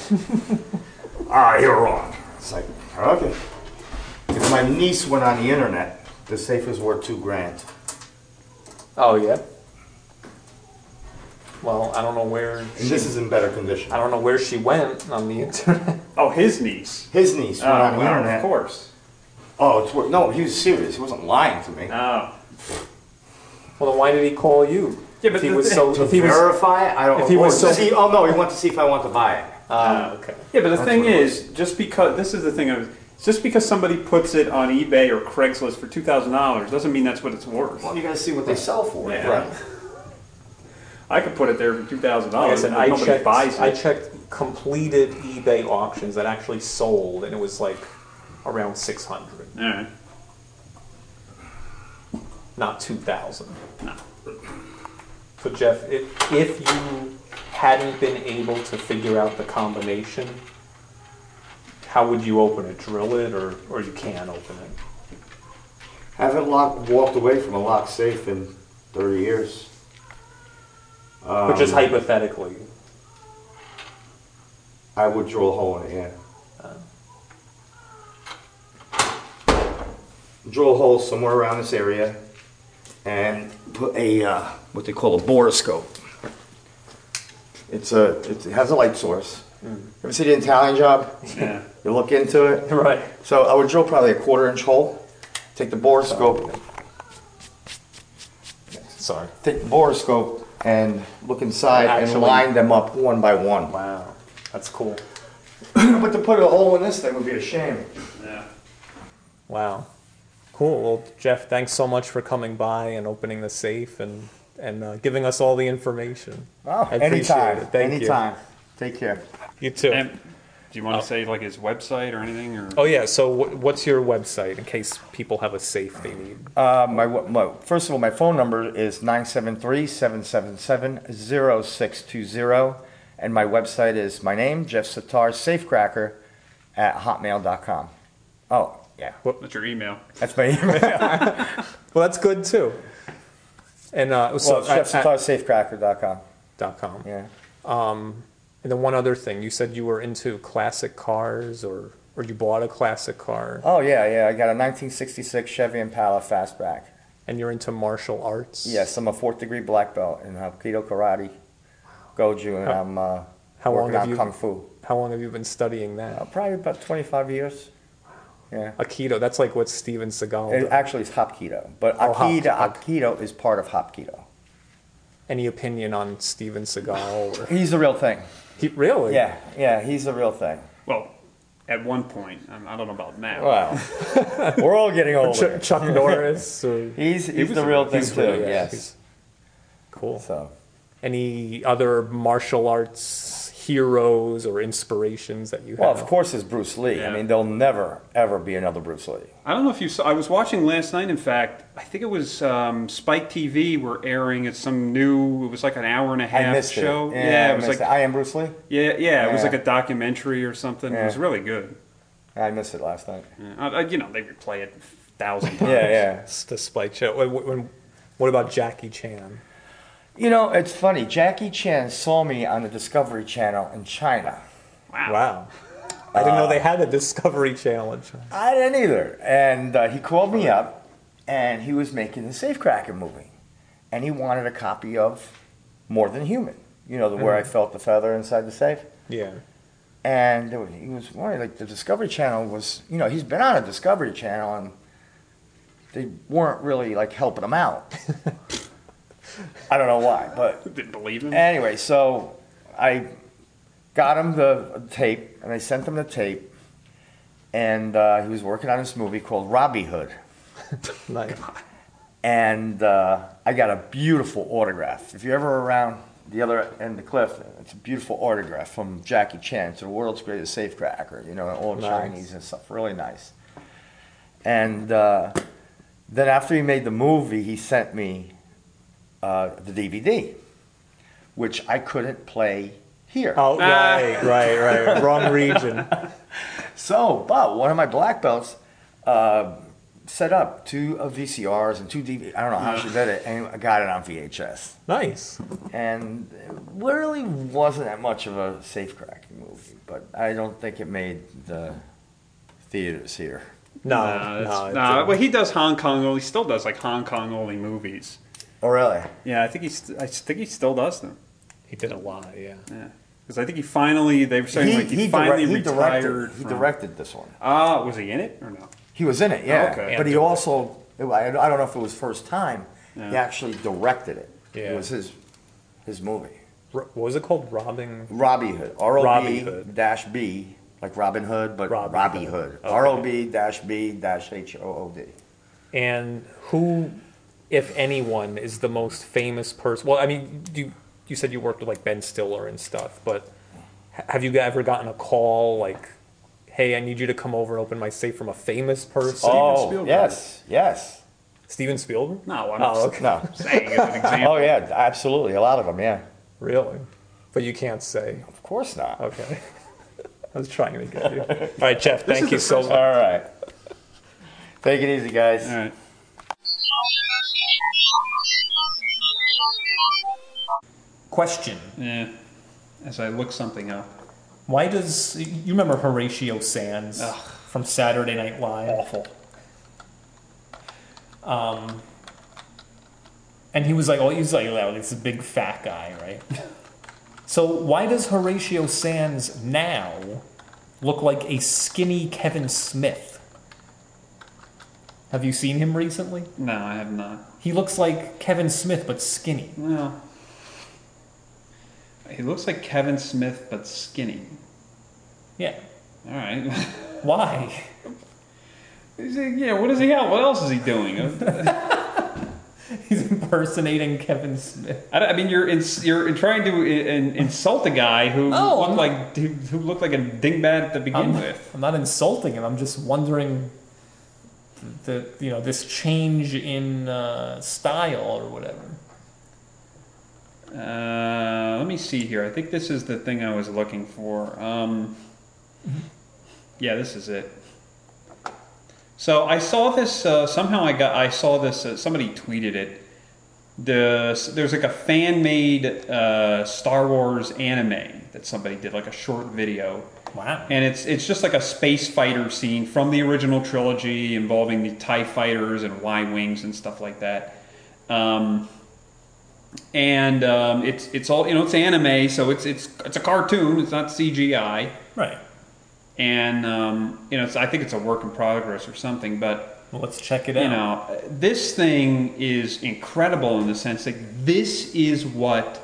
Speaker 9: All right, you're wrong. It's like, okay. If my niece went on the internet, the safe is worth two grand.
Speaker 6: [LAUGHS] Oh yeah. Well, I don't know where.
Speaker 9: And this is in better condition.
Speaker 3: Uh,
Speaker 6: I don't know where she went on the [LAUGHS] internet.
Speaker 3: Oh, his niece.
Speaker 9: His niece went
Speaker 3: Oh,
Speaker 9: on the
Speaker 3: well,
Speaker 9: internet.
Speaker 3: of course.
Speaker 9: Oh, it's worth, no, he was serious. He wasn't lying to me.
Speaker 3: Oh.
Speaker 6: Well, then why did he call you?
Speaker 3: Yeah, but
Speaker 6: if he
Speaker 3: the
Speaker 6: was
Speaker 3: thing-
Speaker 6: so.
Speaker 9: to
Speaker 6: If he was.
Speaker 9: verify, I don't.
Speaker 6: if he
Speaker 9: or
Speaker 6: was
Speaker 9: to
Speaker 6: so-
Speaker 9: see, oh no, he went to see if I want to buy it.
Speaker 6: Ah, okay.
Speaker 3: Yeah, but the thing
Speaker 9: what it was.
Speaker 3: is, just because this is the thing of just because somebody puts it on eBay or Craigslist for two thousand dollars doesn't mean that's what it's worth.
Speaker 9: Well, you gotta see what they sell for.
Speaker 3: Yeah. I could put it there for two thousand
Speaker 6: Like I
Speaker 3: dollars
Speaker 6: said,
Speaker 3: and
Speaker 6: I
Speaker 3: nobody
Speaker 6: checked,
Speaker 3: buys it.
Speaker 6: I checked completed eBay auctions that actually sold, and it was like around 600,
Speaker 3: All right.
Speaker 6: not 2,000. So, Jeff, if, if you hadn't been able to figure out the combination, how would you open it? Drill it, or, or you can open it?
Speaker 9: Haven't locked, walked away from a locked safe in 30 years.
Speaker 6: But just hypothetically.
Speaker 9: I would drill a hole in it, yeah. drill a hole somewhere around this area and put a, uh, what they call a boroscope.
Speaker 5: It's a, it's, it has a light source.
Speaker 6: Hmm.
Speaker 5: Ever see the Italian job?
Speaker 3: Yeah.
Speaker 5: You look into it.
Speaker 6: [LAUGHS] Right.
Speaker 5: So I would drill probably a quarter inch hole. Take the boroscope,
Speaker 6: Sorry.
Speaker 5: take the boroscope, and look inside and
Speaker 6: Actually-
Speaker 5: line them up one by one.
Speaker 6: Wow. That's cool.
Speaker 5: [CLEARS THROAT] but to put a hole in this thing would be a shame.
Speaker 3: Yeah.
Speaker 6: Wow. Cool. Well, Jeff, thanks so much for coming by and opening the safe and and uh, giving us all the information.
Speaker 5: Oh,
Speaker 6: I appreciate
Speaker 5: anytime.
Speaker 6: it. Thank you.
Speaker 5: anytime. Take care.
Speaker 6: You too.
Speaker 3: And do you want to say like his website or anything? Or
Speaker 6: oh yeah. So wh- what's your website in case people have a safe they need?
Speaker 5: Uh, my, my first of all, my phone number is 973-777-0620, and my website is my name, Jeff Sitar, safecracker at hotmail.com. Oh, yeah,
Speaker 3: what's your email?
Speaker 5: that's my email.
Speaker 6: Well, that's good too. And uh, [LAUGHS] so
Speaker 5: well, Jeff
Speaker 6: at-
Speaker 5: Sitar, safecracker.com.
Speaker 6: dot com.
Speaker 5: Yeah.
Speaker 6: Um, and then one other thing, you said you were into classic cars, or or you bought a classic car,
Speaker 5: Oh yeah, yeah. I got a 1966 Chevy Impala fastback.
Speaker 6: and you're into martial arts.
Speaker 5: Yes, I'm a fourth degree black belt in Hapkido Karate, Goju, and
Speaker 6: How-
Speaker 5: I'm uh,
Speaker 6: how long
Speaker 5: working
Speaker 6: have
Speaker 5: on
Speaker 6: you-
Speaker 5: Kung Fu.
Speaker 6: How long have you been studying that?
Speaker 5: Uh, probably about 25 years. Yeah.
Speaker 6: Aikido. That's like what Steven Seagal.
Speaker 5: It
Speaker 6: does.
Speaker 5: actually is Hopkido, but
Speaker 6: Oh, hop-
Speaker 5: Aikido,
Speaker 6: hop.
Speaker 5: Aikido is part of Hopkido.
Speaker 6: any opinion on Steven Seagal? Or,
Speaker 5: He's the real thing.
Speaker 6: he, really?
Speaker 5: Yeah, yeah, he's the real thing.
Speaker 3: Well, at one point, um, I don't know about now.
Speaker 5: Wow. [LAUGHS] We're all getting older.
Speaker 6: Chuck, [LAUGHS] Chuck Norris. Or,
Speaker 5: [LAUGHS] He's,
Speaker 3: was
Speaker 5: he's the
Speaker 3: the-
Speaker 5: real thing
Speaker 6: he's
Speaker 5: too,
Speaker 6: really- yeah,
Speaker 5: yes.
Speaker 6: he's- cool.
Speaker 5: So,
Speaker 6: Any other martial arts heroes or inspirations that you have?
Speaker 5: well, of course it's Bruce Lee.
Speaker 3: Yeah.
Speaker 5: I mean, there'll never, ever be another Bruce Lee.
Speaker 3: I don't know if you saw. I was watching last night. In fact, I think it was um, Spike TV were airing at some new. It was like an hour and a
Speaker 5: I
Speaker 3: half
Speaker 5: missed
Speaker 3: show.
Speaker 5: it.
Speaker 3: Yeah,
Speaker 5: I
Speaker 3: it was
Speaker 5: missed
Speaker 3: like
Speaker 5: it. I am Bruce Lee.
Speaker 3: yeah, yeah, It was
Speaker 5: Yeah.
Speaker 3: like a documentary or something. It was
Speaker 5: Yeah.
Speaker 3: really good.
Speaker 5: I missed it last night.
Speaker 3: Yeah. I, I- you know, they replay it
Speaker 6: thousand
Speaker 5: [LAUGHS]
Speaker 6: times.
Speaker 5: yeah.
Speaker 6: s- To Spike Joe. When, when- what about Jackie Chan?
Speaker 5: You know, it's funny. Jackie Chan saw me on the Discovery Channel in China.
Speaker 6: Wow. Uh, I didn't know they had a Discovery Challenge.
Speaker 5: I didn't either. And uh, he called me up, and he was making the Safecracker movie, and he wanted a copy of More Than Human. You know, the where
Speaker 3: Mm-hmm.
Speaker 5: I felt the feather inside the safe.
Speaker 6: Yeah.
Speaker 5: And there was- he was worried, like the Discovery Channel was, you know, he's been on a Discovery Channel, and they weren't really like helping
Speaker 3: [LAUGHS]
Speaker 5: him out. I don't know why, but
Speaker 3: Didn't believe him.
Speaker 5: Anyway, so I got him the tape, and I sent him the tape, and uh, he was working on this movie called Robbie
Speaker 6: [LAUGHS]
Speaker 5: Hood,
Speaker 6: Like,
Speaker 5: and uh, I got a beautiful autograph. If you're ever around the other end of the cliff, it's a beautiful autograph from Jackie Chan. It's the world's greatest safecracker, you know, all
Speaker 6: Nice.
Speaker 5: Chinese and stuff, really nice. And uh, then after he made the movie, he sent me uh, the DVD, which I couldn't play here.
Speaker 6: oh, right, right, right. Wrong region.
Speaker 5: So, but one of my black belts uh, set up two of VCRs and two DV. I don't know how she did it, and I got it on VHS.
Speaker 6: Nice.
Speaker 5: And it really wasn't that much of a safecracking movie, but I don't think it made the theaters here.
Speaker 6: No,
Speaker 3: Nah,
Speaker 6: no,
Speaker 3: that's-
Speaker 6: it
Speaker 3: nah,
Speaker 6: didn't.
Speaker 3: well, he does Hong Kong only. Still does like Hong Kong only movies.
Speaker 5: Oh, really?
Speaker 3: Yeah, I think he's. I think he still does them.
Speaker 6: he did a lot. Yeah.
Speaker 3: Because I think he finally. They were saying like he,
Speaker 5: direc-
Speaker 3: finally
Speaker 5: he
Speaker 3: retired.
Speaker 5: directed. He
Speaker 3: from-
Speaker 5: directed this one.
Speaker 3: Ah, was he in it or no?
Speaker 5: He was in it, yeah.
Speaker 3: Okay.
Speaker 5: But he also, I I don't know if it was first time. He
Speaker 3: Yeah.
Speaker 5: actually directed it.
Speaker 6: Yeah.
Speaker 5: It was his his movie.
Speaker 6: Ro- what was it called? Robbing.
Speaker 5: Robbie Hood. R O
Speaker 6: Robbie
Speaker 5: B
Speaker 6: Hood.
Speaker 5: dash B, like Robin Hood, but
Speaker 6: Robbie
Speaker 5: Robbie,
Speaker 6: Hood.
Speaker 5: Hood.
Speaker 6: Okay.
Speaker 5: R O B dash B dash H O O D.
Speaker 6: And who, if anyone, is the most famous person? Well, I mean, you you said you worked with like Ben Stiller and stuff, but ha- have you ever gotten a call like, "Hey, I need you to come over and open my safe from a famous person"?
Speaker 5: Oh,
Speaker 3: Spielberg.
Speaker 5: yes, yes.
Speaker 6: Steven Spielberg?
Speaker 3: No, I'm
Speaker 6: Oh, okay.
Speaker 5: No.
Speaker 3: saying as an example.
Speaker 5: [LAUGHS] oh, yeah, absolutely. A lot of them, yeah.
Speaker 6: Really? But you can't say.
Speaker 5: Of course not.
Speaker 6: Okay. [LAUGHS] I was trying to get you. All right, Jeff. Thank
Speaker 3: is
Speaker 6: you
Speaker 3: the
Speaker 6: so
Speaker 3: first
Speaker 6: much.
Speaker 5: All right. Take it easy, guys.
Speaker 3: All right.
Speaker 2: [LAUGHS] Question.
Speaker 3: Yeah. As I look something up.
Speaker 2: Why does you remember Horatio Sands
Speaker 3: Ugh.
Speaker 2: from Saturday Night Live? Awful. Um, and he was like, oh, he's like, well, he's a big fat guy, right?
Speaker 6: [LAUGHS]
Speaker 2: so why does Horatio Sands now look like a skinny Kevin Smith? Have you seen him recently?
Speaker 3: No, I have not.
Speaker 2: He looks like Kevin Smith but skinny.
Speaker 3: Well, he looks like Kevin Smith but skinny.
Speaker 2: Yeah.
Speaker 3: All right. [LAUGHS]
Speaker 2: Why?
Speaker 3: He's like, yeah. What does he have? What else is he doing? I,
Speaker 2: He's impersonating Kevin Smith.
Speaker 3: don't- I mean, you're ins- you're trying to in- insult a guy who
Speaker 2: Oh, Um,
Speaker 3: looked
Speaker 2: I'm-
Speaker 3: like who, who looked like a dingbat to begin
Speaker 2: I'm,
Speaker 3: with.
Speaker 2: I'm not insulting him. I'm just wondering the you know this change in uh, style or whatever.
Speaker 3: Uh, let me see here. I think this is the thing I was looking for. Um, yeah, this is it. So I saw this uh, somehow. I got I saw this. Uh, somebody tweeted it. The there's like a fan made uh, Star Wars anime that somebody did, like a short video,
Speaker 2: Wow.
Speaker 3: and it's it's just like a space fighter scene from the original trilogy involving the Tie fighters and Y wings and stuff like that. Um, and um, it's it's all you know. It's anime, so it's it's it's a cartoon. It's not CGI,
Speaker 2: Right.
Speaker 3: and um, you know, it's, I think it's a work in progress or something. But
Speaker 2: Well, let's check it out.
Speaker 3: you know, this thing is incredible in the sense that this is what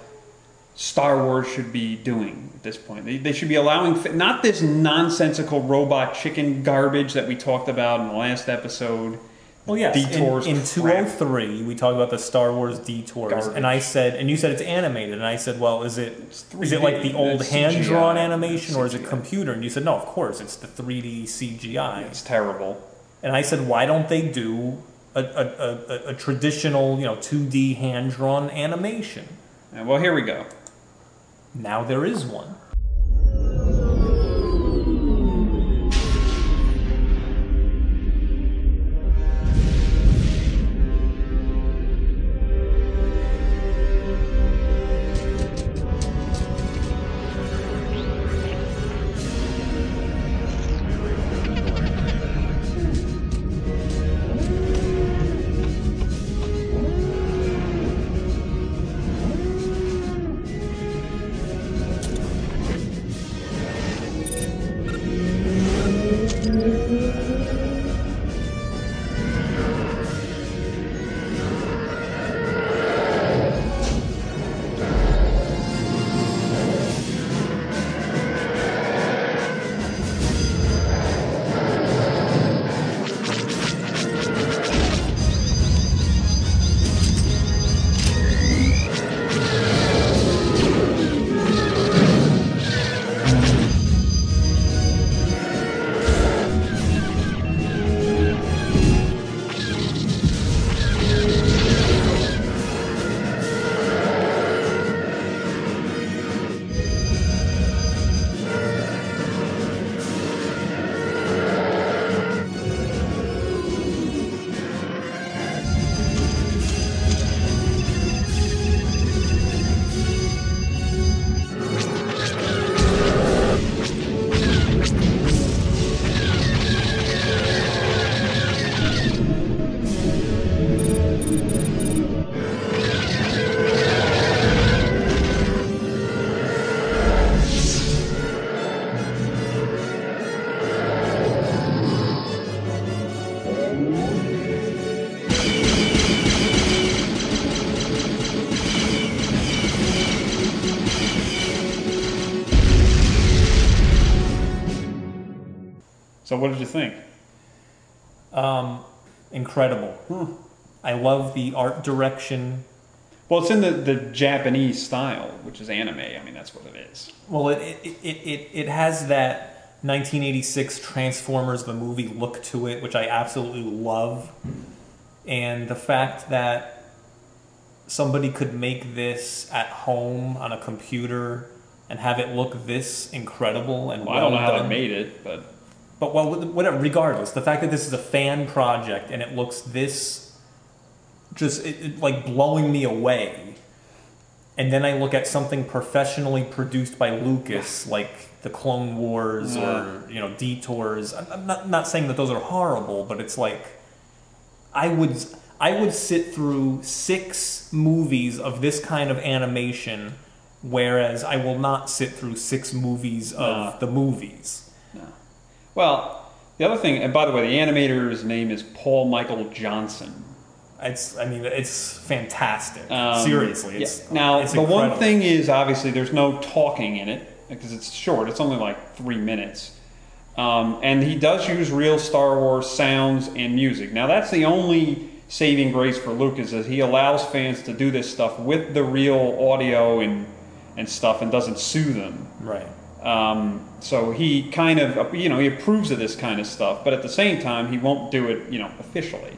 Speaker 3: Star Wars should be doing at this point. They, they should be allowing fi- not this nonsensical robot chicken garbage that we talked about in the last episode.
Speaker 2: well, yes. in-
Speaker 3: detours
Speaker 2: in,
Speaker 3: crap.
Speaker 2: 203, we talked about the Star Wars detours,
Speaker 3: Garbage.
Speaker 2: and I said, and you said it's animated, and I said, well, is it is it
Speaker 3: 3D,
Speaker 2: like the old
Speaker 3: that's
Speaker 2: hand drawn
Speaker 3: CGI.
Speaker 2: animation or is it
Speaker 3: CGI.
Speaker 2: computer? And you said, no, of course, it's the 3D CGI.
Speaker 3: It's terrible.
Speaker 2: And I said, why don't they do a, a, a, a- a traditional, you know, 2D hand drawn animation?
Speaker 3: Uh, Well, here we go.
Speaker 2: Now there is one.
Speaker 3: So what did you think?
Speaker 2: Um, incredible. I love the art direction.
Speaker 3: Well, it's in the, the Japanese style, which is anime. I mean, that's what it is.
Speaker 2: Well, it it, it, it it has that 1986 Transformers the movie look to it, which I absolutely love, and the fact that somebody could make this at home on a computer and have it look this incredible and
Speaker 3: Well, I don't know how
Speaker 2: done.
Speaker 3: they made it, but
Speaker 2: But well, whatever. Regardless, the fact that this is a fan project and it looks this, just it, it, like blowing me away. And then I look at something professionally produced by Lucas, like the Clone Wars or you know Detours. I'm, I'm not not saying that those are horrible, but it's like I would I would sit through six movies of this kind of animation, whereas I will not sit through six movies of the movies.
Speaker 3: well, the other thing, and by the way, the animator's name is Paul Michael Johnson.
Speaker 2: It's, I mean, it's fantastic.
Speaker 3: Um,
Speaker 2: Seriously,
Speaker 3: yeah.
Speaker 2: it's uh,
Speaker 3: now
Speaker 2: it's
Speaker 3: the one
Speaker 2: incredible.
Speaker 3: thing is obviously there's no talking in it because it's short. It's only like three minutes, um, and he does use real Star Wars sounds and music. Now that's the only saving grace for Lucas is he allows fans to do this stuff with the real audio and and stuff and doesn't sue them.
Speaker 2: right?
Speaker 3: Um, so he kind of, you know, he approves of this kind of stuff, but at the same time, he won't do it, you know, officially.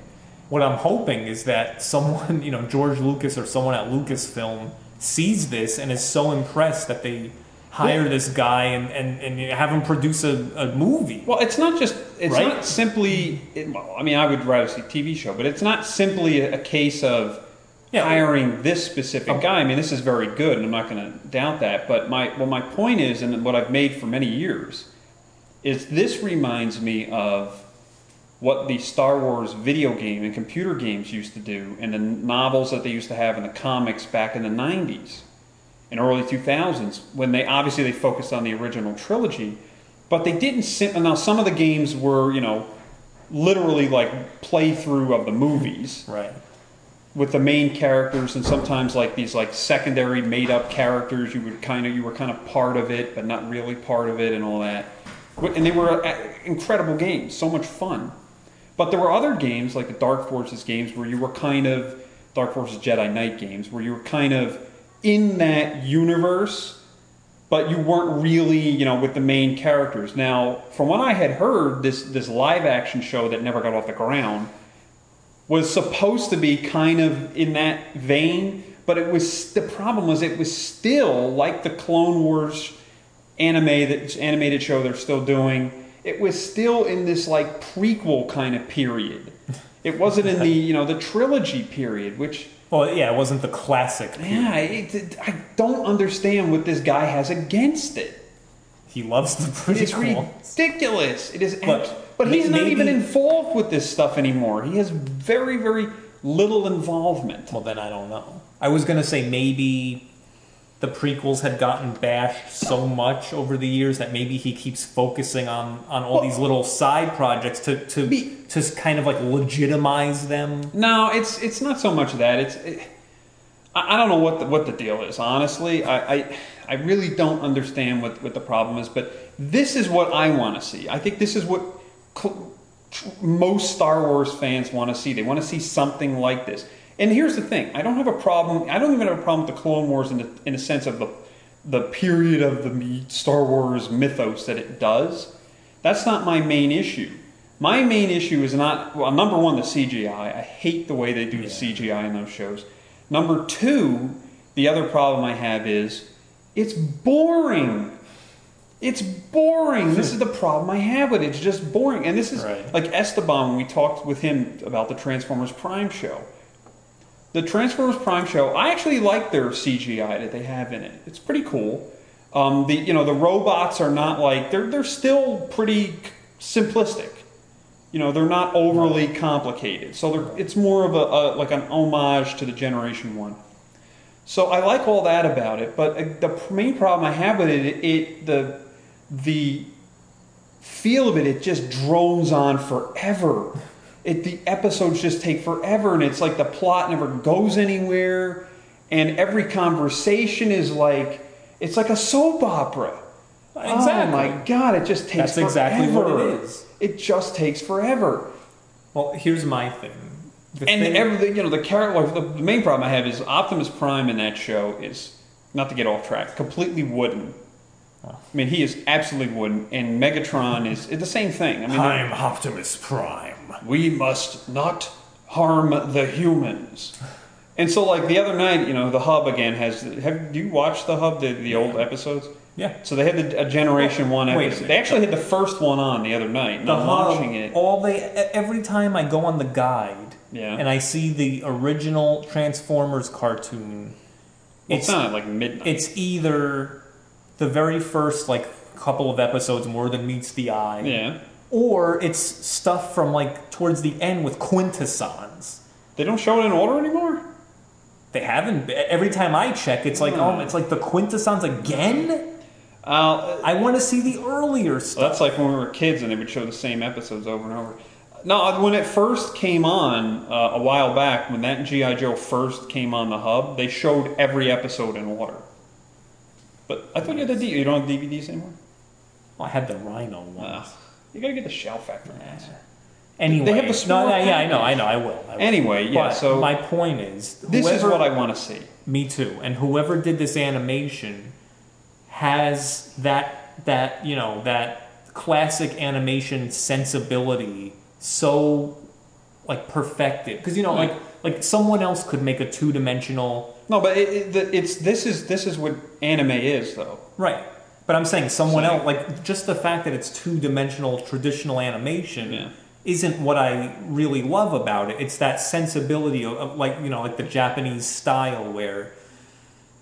Speaker 2: What I'm hoping is that someone, [LAUGHS] you know, George Lucas or someone at Lucasfilm sees this and is so impressed that they hire this guy and, and, and have him produce a, a movie.
Speaker 3: Well, it's not just, it's
Speaker 2: Right.
Speaker 3: not simply, it, well, I mean, I would rather see TV show, but it's not simply a, a case of
Speaker 2: Yeah.
Speaker 3: hiring this specific guy. I mean, this is very good, and I'm not going to doubt that. But my, well, my point is, and what I've made for many years, is this reminds me of what the Star Wars video game and computer games used to do, and the novels that they used to have in the comics back in the '90s and early 2000s, when they obviously they focused on the original trilogy, but they didn't. Sim- now some of the games were, you know, literally like playthrough of the movies
Speaker 2: right.
Speaker 3: with the main characters and sometimes like these like secondary made up characters you would kind of you were kind of part of it but not really part of it and all that Wh- and they were uh, incredible games so much fun but there were other games like the dark forces games where you were kind of dark forces jedi knight games where you were kind of in that universe but you weren't really you know with the main characters now from what i had heard this this live action show that never got off the ground was supposed to be kind of in that vein, but it was the problem was it was still like the Clone Wars anime that animated show they're still doing. It was still in this like prequel kind of period. It wasn't in the you know the trilogy period, which
Speaker 2: Well, yeah, it wasn't the classic.
Speaker 3: yeah, it, it- I don't understand what this guy has against it.
Speaker 2: He loves the
Speaker 3: It's
Speaker 2: prequel.
Speaker 3: ridiculous. It is,
Speaker 2: But
Speaker 3: abs- but he's
Speaker 2: may-
Speaker 3: not even
Speaker 2: maybe-
Speaker 3: involved with this stuff anymore. He has very very little involvement.
Speaker 2: Well, then I don't know. I was gonna say maybe the prequels had gotten bashed so much over the years that maybe he keeps focusing on on all
Speaker 3: Well-
Speaker 2: these little side projects to to
Speaker 3: Be-
Speaker 2: to s- kind of like legitimize them.
Speaker 3: No, it's it's not so much that. It's it, I, I don't know what the, what the deal is. Honestly, I, I I really don't understand what what the problem is. But this is what I want to see. I think this is what cl- tr- most Star Wars fans want to see. They want to see something like this. And here's the thing: I don't have a problem. I don't even have a problem with the Clone Wars in the in the sense of the the period of the me- Star Wars mythos that it does. That's not my main issue. My main issue is not well, number one the CGI. I hate the way they do the CGI in those shows. Number two, the other problem I have is it's boring. It's boring. this is the problem I have with it. It's just boring. And this is
Speaker 2: Right.
Speaker 3: like Esteban when we talked with him about the Transformers Prime show. The Transformers Prime show, I actually like their CGI that they have in it. It's pretty cool. Um, the you know the robots are not like they're they're still pretty simplistic. You know they're not overly complicated. So they're, it's more of a, a like an homage to the Generation One. So I like all that about it, but uh, the pr- main problem I have with it, it the the feel of it, it just drones on forever. It the episodes just take forever, and it's like the plot never goes anywhere, and every conversation is like it's like a soap opera.
Speaker 2: Exactly.
Speaker 3: Oh my God! It just takes.
Speaker 2: That's exactly what it
Speaker 3: forever.
Speaker 2: is.
Speaker 3: It just takes forever.
Speaker 2: Well, here's my thing. The
Speaker 3: and
Speaker 2: thing-
Speaker 3: everything you know the carrot like the the main problem i have is optimus prime in that show is not to get off track completely wooden
Speaker 2: Oh.
Speaker 3: i mean he is absolutely wooden and megatron is the same thing i mean
Speaker 2: I'm Optimus Prime.
Speaker 3: we must not harm the humans and so like the other night you know the hub again has have do you watched the hub the, the old episodes
Speaker 2: Yeah.
Speaker 3: so they had the, a generation one
Speaker 2: wait a
Speaker 3: episode.
Speaker 2: minute.
Speaker 3: They actually had the first one on the other night. And
Speaker 2: The
Speaker 3: I'm
Speaker 2: hub,
Speaker 3: watching it.
Speaker 2: all they e- every time I go on the guide,
Speaker 3: Yeah.
Speaker 2: and I see the original Transformers cartoon,
Speaker 3: Well, it's not like midnight.
Speaker 2: it's either the very first like couple of episodes more than meets the eye
Speaker 3: yeah.
Speaker 2: or it's stuff from like towards the end with quintessons
Speaker 3: They don't show it in order anymore.
Speaker 2: they haven't every time i check it's like oh it's like the quintessons again
Speaker 3: Hmm. Uh,
Speaker 2: i want to see the earlier stuff
Speaker 3: that's like when we were kids and they would show the same episodes over and over. No, when it first came on uh, a while back, when that GI Joe first came on the hub, they showed every episode in order. But I thought you had the D- you don't have DVDs anymore.
Speaker 2: Oh, i had the rhino one
Speaker 3: Uh, you gotta get the Shell Factor ones.
Speaker 2: anyway
Speaker 3: They have the
Speaker 2: no,
Speaker 3: small
Speaker 2: no, yeah i
Speaker 3: package.
Speaker 2: know i know i will, I will.
Speaker 3: Anyway, yeah.
Speaker 2: But
Speaker 3: so
Speaker 2: my point is
Speaker 3: this is
Speaker 2: whoever-
Speaker 3: what I want to see.
Speaker 2: Me too. And whoever did this animation has that that you know that classic animation sensibility so like perfected because you know like like someone else could make a two dimensional
Speaker 3: No, but it, it, the, it's this is this is what anime is though.
Speaker 2: right. But I'm saying someone else like just the fact that it's two dimensional traditional animation.
Speaker 3: Yeah.
Speaker 2: Isn't what I really love about it. It's that sensibility of, of like you know like the Japanese style where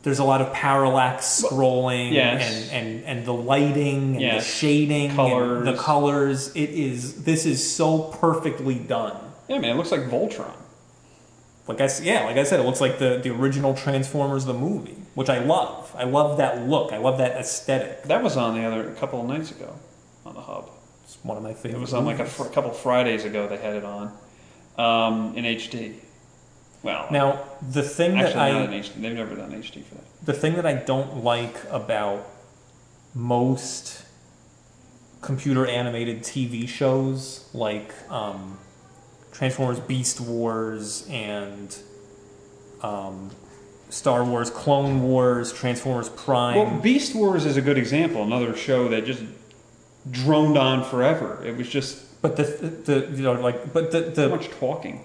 Speaker 2: there's a lot of parallax scrolling
Speaker 3: yes.
Speaker 2: and, and, and the lighting and
Speaker 3: Yes.
Speaker 2: the shading and
Speaker 3: Colors.
Speaker 2: the colors it is this is so perfectly done
Speaker 3: Yeah, man, it looks like Voltron.
Speaker 2: like I s- yeah like I said it looks like the, the original Transformers the movie which I love I love that look I love that aesthetic
Speaker 3: That was on the other a couple of nights ago on the hub.
Speaker 2: it's one of my favorite
Speaker 3: It was on like a,
Speaker 2: movies.
Speaker 3: fr- a couple Fridays ago. They had it on um, in HD. Well,
Speaker 2: now the thing
Speaker 3: actually,
Speaker 2: that I
Speaker 3: not in HD. They've never done HD for that.
Speaker 2: the thing that I don't like about most computer animated TV shows like um, Transformers Beast Wars and um, Star Wars Clone Wars, Transformers Prime.
Speaker 3: Well, Beast Wars is a good example. Another show that just droned on forever. It was just
Speaker 2: but the, the you know like but the, the
Speaker 3: so much talking.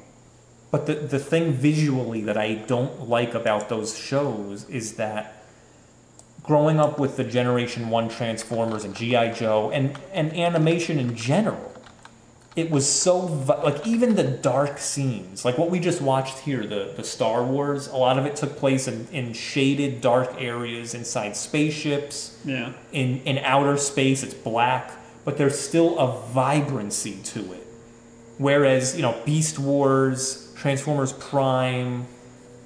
Speaker 2: But the, the thing visually that I don't like about those shows is that growing up with the Generation 1 Transformers and G.I. Joe and, and animation in general, it was so, vi- like, even the dark scenes, like what we just watched here, the, the Star Wars, a lot of it took place in, in shaded, dark areas inside spaceships
Speaker 3: Yeah.
Speaker 2: in in outer space it's black but there's still a vibrancy to it whereas you know beast wars transformers prime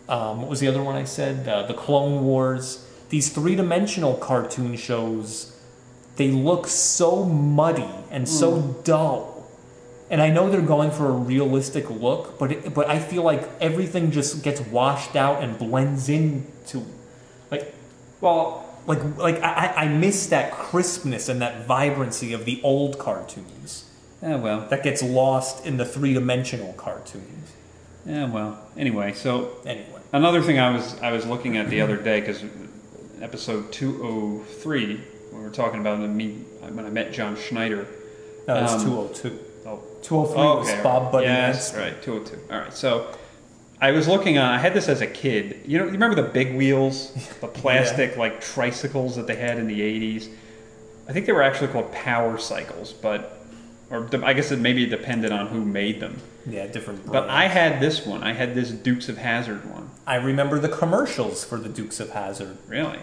Speaker 2: um, what was the other one i said uh, the clone wars these three-dimensional cartoon shows they look so muddy and so dull and i know they're going for a realistic look but it, but i feel like everything just gets washed out and blends into like
Speaker 3: Well,
Speaker 2: like like I, I- I miss that crispness and that vibrancy of the old cartoons
Speaker 3: yeah, well,
Speaker 2: that gets lost in the three dimensional cartoons.
Speaker 3: yeah, well. Anyway, so
Speaker 2: Anyway,
Speaker 3: Another thing I was I was looking at the other day because episode two oh three we were talking about the me when I met John Schneider.
Speaker 2: no, that's
Speaker 3: Um,
Speaker 2: two hundred two.
Speaker 3: Oh,
Speaker 2: 203 was Bob Buddy
Speaker 3: Yes,
Speaker 2: Matson.
Speaker 3: right. Two oh two. All right. So I was looking on. I had this as a kid. You know, you remember the big wheels, [LAUGHS] the plastic like tricycles that they had in the eighties. I think they were actually called power cycles, but or de- I guess it maybe depended on who made them.
Speaker 2: Yeah, different.
Speaker 3: But
Speaker 2: brand.
Speaker 3: I had this one. I had this Dukes of Hazard one.
Speaker 2: I remember the commercials for the Dukes of Hazard.
Speaker 3: Really.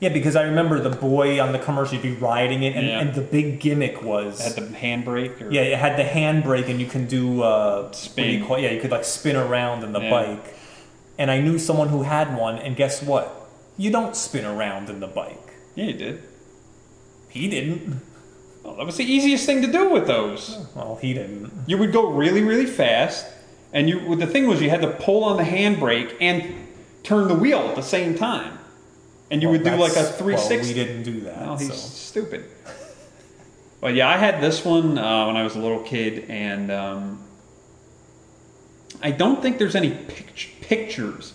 Speaker 2: Yeah, because I remember the boy on the commercial you'd be riding it, and,
Speaker 3: Yeah.
Speaker 2: and the big gimmick was
Speaker 3: had the handbrake or
Speaker 2: yeah, it had the handbrake, and you can do uh, what do
Speaker 3: Spin.
Speaker 2: you call- yeah, you could like spin around in the
Speaker 3: Yeah.
Speaker 2: bike. And I knew someone who had one, and guess what? You don't spin around in the bike.
Speaker 3: Yeah, you did.
Speaker 2: He didn't.
Speaker 3: Well, that was the easiest thing to do with those.
Speaker 2: Well, he didn't.
Speaker 3: You would go really, really fast, and you. well, The thing was, you had to pull on the handbrake and turn the wheel at the same time. and you would do like a
Speaker 2: That's-
Speaker 3: three
Speaker 2: well,
Speaker 3: sixty.
Speaker 2: We didn't do that.
Speaker 3: No, he's
Speaker 2: so.
Speaker 3: stupid. But yeah, I had this one uh, when I was a little kid, and um, I don't think there's any pict- pictures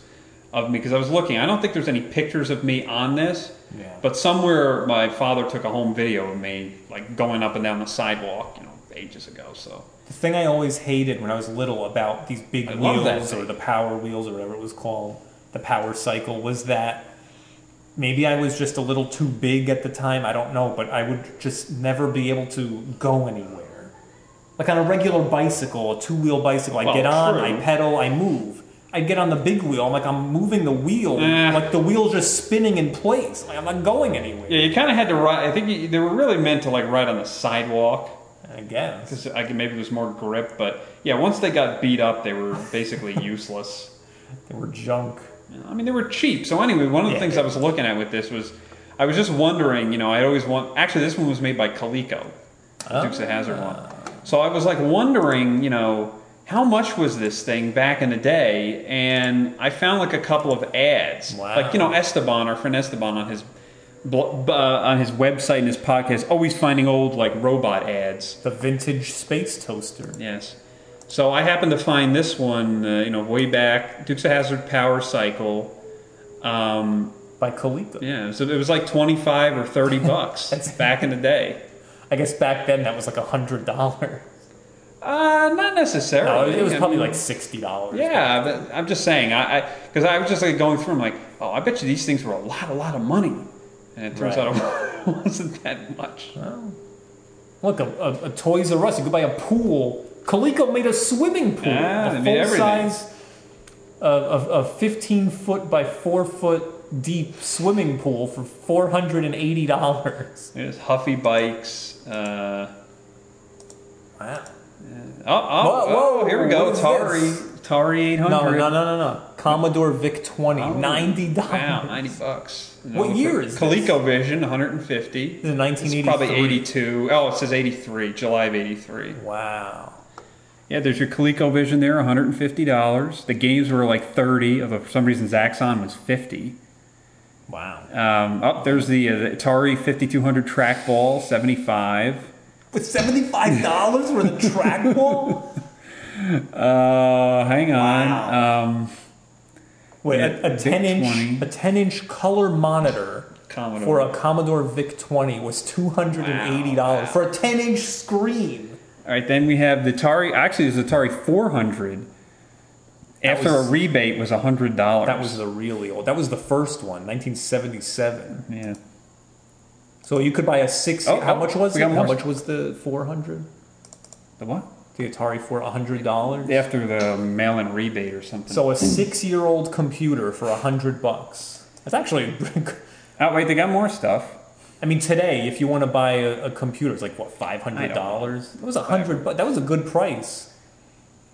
Speaker 3: of me because I was looking. I don't think there's any pictures of me on this.
Speaker 2: Yeah.
Speaker 3: But somewhere, my father took a home video of me like going up and down the sidewalk, you know, ages ago. So
Speaker 2: The thing I always hated when I was little about these big
Speaker 3: I love that
Speaker 2: wheels or
Speaker 3: thing.
Speaker 2: the power wheels or whatever it was called, the power cycle, was that maybe I was just a little too big at the time. I don't know, but I would just never be able to go anywhere. Like on a regular bicycle, a two wheel bicycle, I
Speaker 3: Well,
Speaker 2: get on,
Speaker 3: true.
Speaker 2: I pedal, I move. I get on the big wheel, I'm like, I'm moving the wheel.
Speaker 3: Eh.
Speaker 2: Like the wheel's just spinning in place. Like I'm not going anywhere.
Speaker 3: yeah, you kind of had to ride. I think you, they were really meant to like ride on the sidewalk.
Speaker 2: I guess.
Speaker 3: Because I could, maybe it was more grip, but yeah, once they got beat up, they were basically [LAUGHS] useless.
Speaker 2: They were junk.
Speaker 3: I mean, they were cheap. So anyway, one of the
Speaker 2: Yeah.
Speaker 3: things I was looking at with this was, I was just wondering. You know, I always want. Actually, this one was made by Coleco, the Dukes
Speaker 2: Ah.
Speaker 3: of Hazard one. So I was like wondering, you know, how much was this thing back in the day? And I found like a couple of ads,
Speaker 2: Wow.
Speaker 3: like you know Esteban, our friend Esteban, on his blo- uh, on his website and his podcast, always finding old like robot ads.
Speaker 2: The vintage space toaster.
Speaker 3: Yes. So I happened to find this one, uh, you know, way back Dukes of Hazard Power Cycle. Um,
Speaker 2: By Coleco.
Speaker 3: yeah, so it was like twenty five or
Speaker 2: [LAUGHS]
Speaker 3: thirty bucks
Speaker 2: That's-
Speaker 3: back in the day.
Speaker 2: I guess back then that was like a hundred dollar.
Speaker 3: Uh,
Speaker 2: No,
Speaker 3: not necessarily.
Speaker 2: it was
Speaker 3: I
Speaker 2: probably
Speaker 3: mean,
Speaker 2: like sixty dollars.
Speaker 3: Yeah, but I'm just saying. I because I, was just like going through. I'm like, oh, I bet you these things were a lot, a lot of money, and it turns
Speaker 2: Right.
Speaker 3: out it [LAUGHS] wasn't that much.
Speaker 2: Look, a, a, a Toys R Us. You could buy a pool. Coleco made a swimming pool.
Speaker 3: Yeah,
Speaker 2: a
Speaker 3: they made
Speaker 2: size, a, a, a fifteen foot by four foot deep swimming pool for four hundred and eighty dollars.
Speaker 3: There's Huffy bikes. Uh,
Speaker 2: Wow.
Speaker 3: oh,
Speaker 2: Whoa,
Speaker 3: oh, oh,
Speaker 2: whoa,
Speaker 3: here we
Speaker 2: what
Speaker 3: go.
Speaker 2: is
Speaker 3: Tari,
Speaker 2: this?
Speaker 3: Tari 800.
Speaker 2: No, no, no, no, no. Commodore VIC 20,
Speaker 3: Oh,
Speaker 2: ninety dollars.
Speaker 3: Wow, ninety bucks.
Speaker 2: What year is this?
Speaker 3: ColecoVision? One hundred and fifty.
Speaker 2: This is
Speaker 3: It's probably
Speaker 2: 1983.
Speaker 3: eighty-two. Oh, it says eighty-three, July of eighty-three.
Speaker 2: Wow.
Speaker 3: Yeah, there's your ColecoVision there, one hundred and fifty dollars. The games were like thirty. Although for some reason Zaxxon was fifty.
Speaker 2: Wow.
Speaker 3: Um, up there's the, uh, the Atari fifty-two hundred trackball, seventy-five.
Speaker 2: With seventy five dollars for the trackball.
Speaker 3: Uh, hang on. Um,
Speaker 2: Wait,
Speaker 3: Yeah,
Speaker 2: a, a
Speaker 3: VIC
Speaker 2: ten
Speaker 3: 20.
Speaker 2: inch a ten inch color monitor
Speaker 3: Commodore.
Speaker 2: for a Commodore VIC twenty was two hundred and eighty dollars for a ten inch screen.
Speaker 3: all right, then we have the Atari. Actually, there's the Atari four hundred. After
Speaker 2: was-
Speaker 3: a rebate was hundred dollars.
Speaker 2: That was the really old. That was the first one, nineteen seventy seven.
Speaker 3: yeah.
Speaker 2: So you could buy a six.
Speaker 3: Oh,
Speaker 2: how
Speaker 3: oh,
Speaker 2: much was
Speaker 3: we
Speaker 2: it?
Speaker 3: got
Speaker 2: How
Speaker 3: more.
Speaker 2: much was the four hundred?
Speaker 3: The what?
Speaker 2: The Atari for hundred dollars.
Speaker 3: After the mail-in rebate or something.
Speaker 2: So a six year old computer for hundred bucks. That's actually.
Speaker 3: oh wait, they got more stuff.
Speaker 2: I mean, today, if you want to buy a, a computer, it's like what five hundred dollars. It was a hundred, but that was a good price.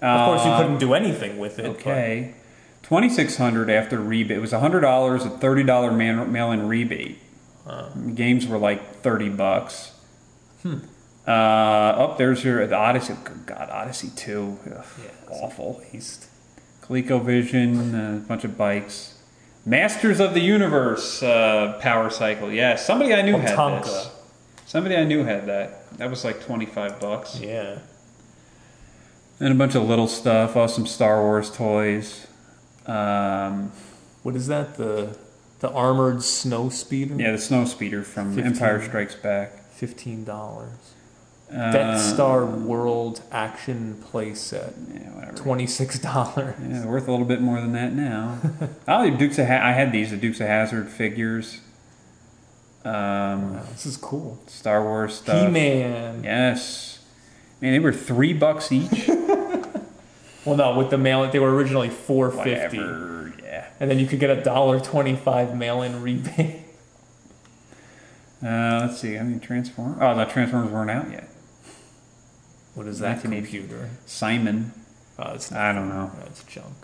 Speaker 2: Of course, you couldn't do anything with it. but-
Speaker 3: Uh, Okay, twenty-six hundred after rebate. It was hundred dollars a thirty-dollar man- mail-in rebate. Games were like thirty bucks. Hmm. Uh, up there's your the Odyssey. Good God, Odyssey Two. Ugh, awful. Waste. ColecoVision, a bunch of bikes. Masters of the Universe uh, Power Cycle. Yeah, somebody I knew had
Speaker 2: Tatanka.
Speaker 3: this. Somebody I knew had that. That was like twenty-five bucks.
Speaker 2: Yeah.
Speaker 3: And a bunch of little stuff. Oh, some Star Wars toys. Um,
Speaker 2: What is that? The the armored snow speeder.
Speaker 3: yeah, the snow speeder from
Speaker 2: 15.
Speaker 3: Empire Strikes Back.
Speaker 2: Fifteen dollars.
Speaker 3: Uh,
Speaker 2: Death Star World action playset.
Speaker 3: Yeah, whatever.
Speaker 2: Twenty six [LAUGHS] dollars.
Speaker 3: Yeah, worth a little bit more than that now. [LAUGHS] I like Dukes of ha- I had these the Dukes of Hazard figures. Um,
Speaker 2: This is cool.
Speaker 3: Star Wars stuff.
Speaker 2: He Man.
Speaker 3: Yes. Man, they were three
Speaker 2: [LAUGHS]
Speaker 3: bucks each.
Speaker 2: Well, no, with the mail, they were originally four fifty, and
Speaker 3: Whatever. Yeah.
Speaker 2: then you could get a dollar twenty five mail in rebate.
Speaker 3: Uh, let's see. I mean, Transformers. Oh, the Transformers weren't out yet.
Speaker 2: What is that
Speaker 3: 1980.
Speaker 2: computer?
Speaker 3: Simon.
Speaker 2: Oh, it's
Speaker 3: I don't know.
Speaker 2: That's junk.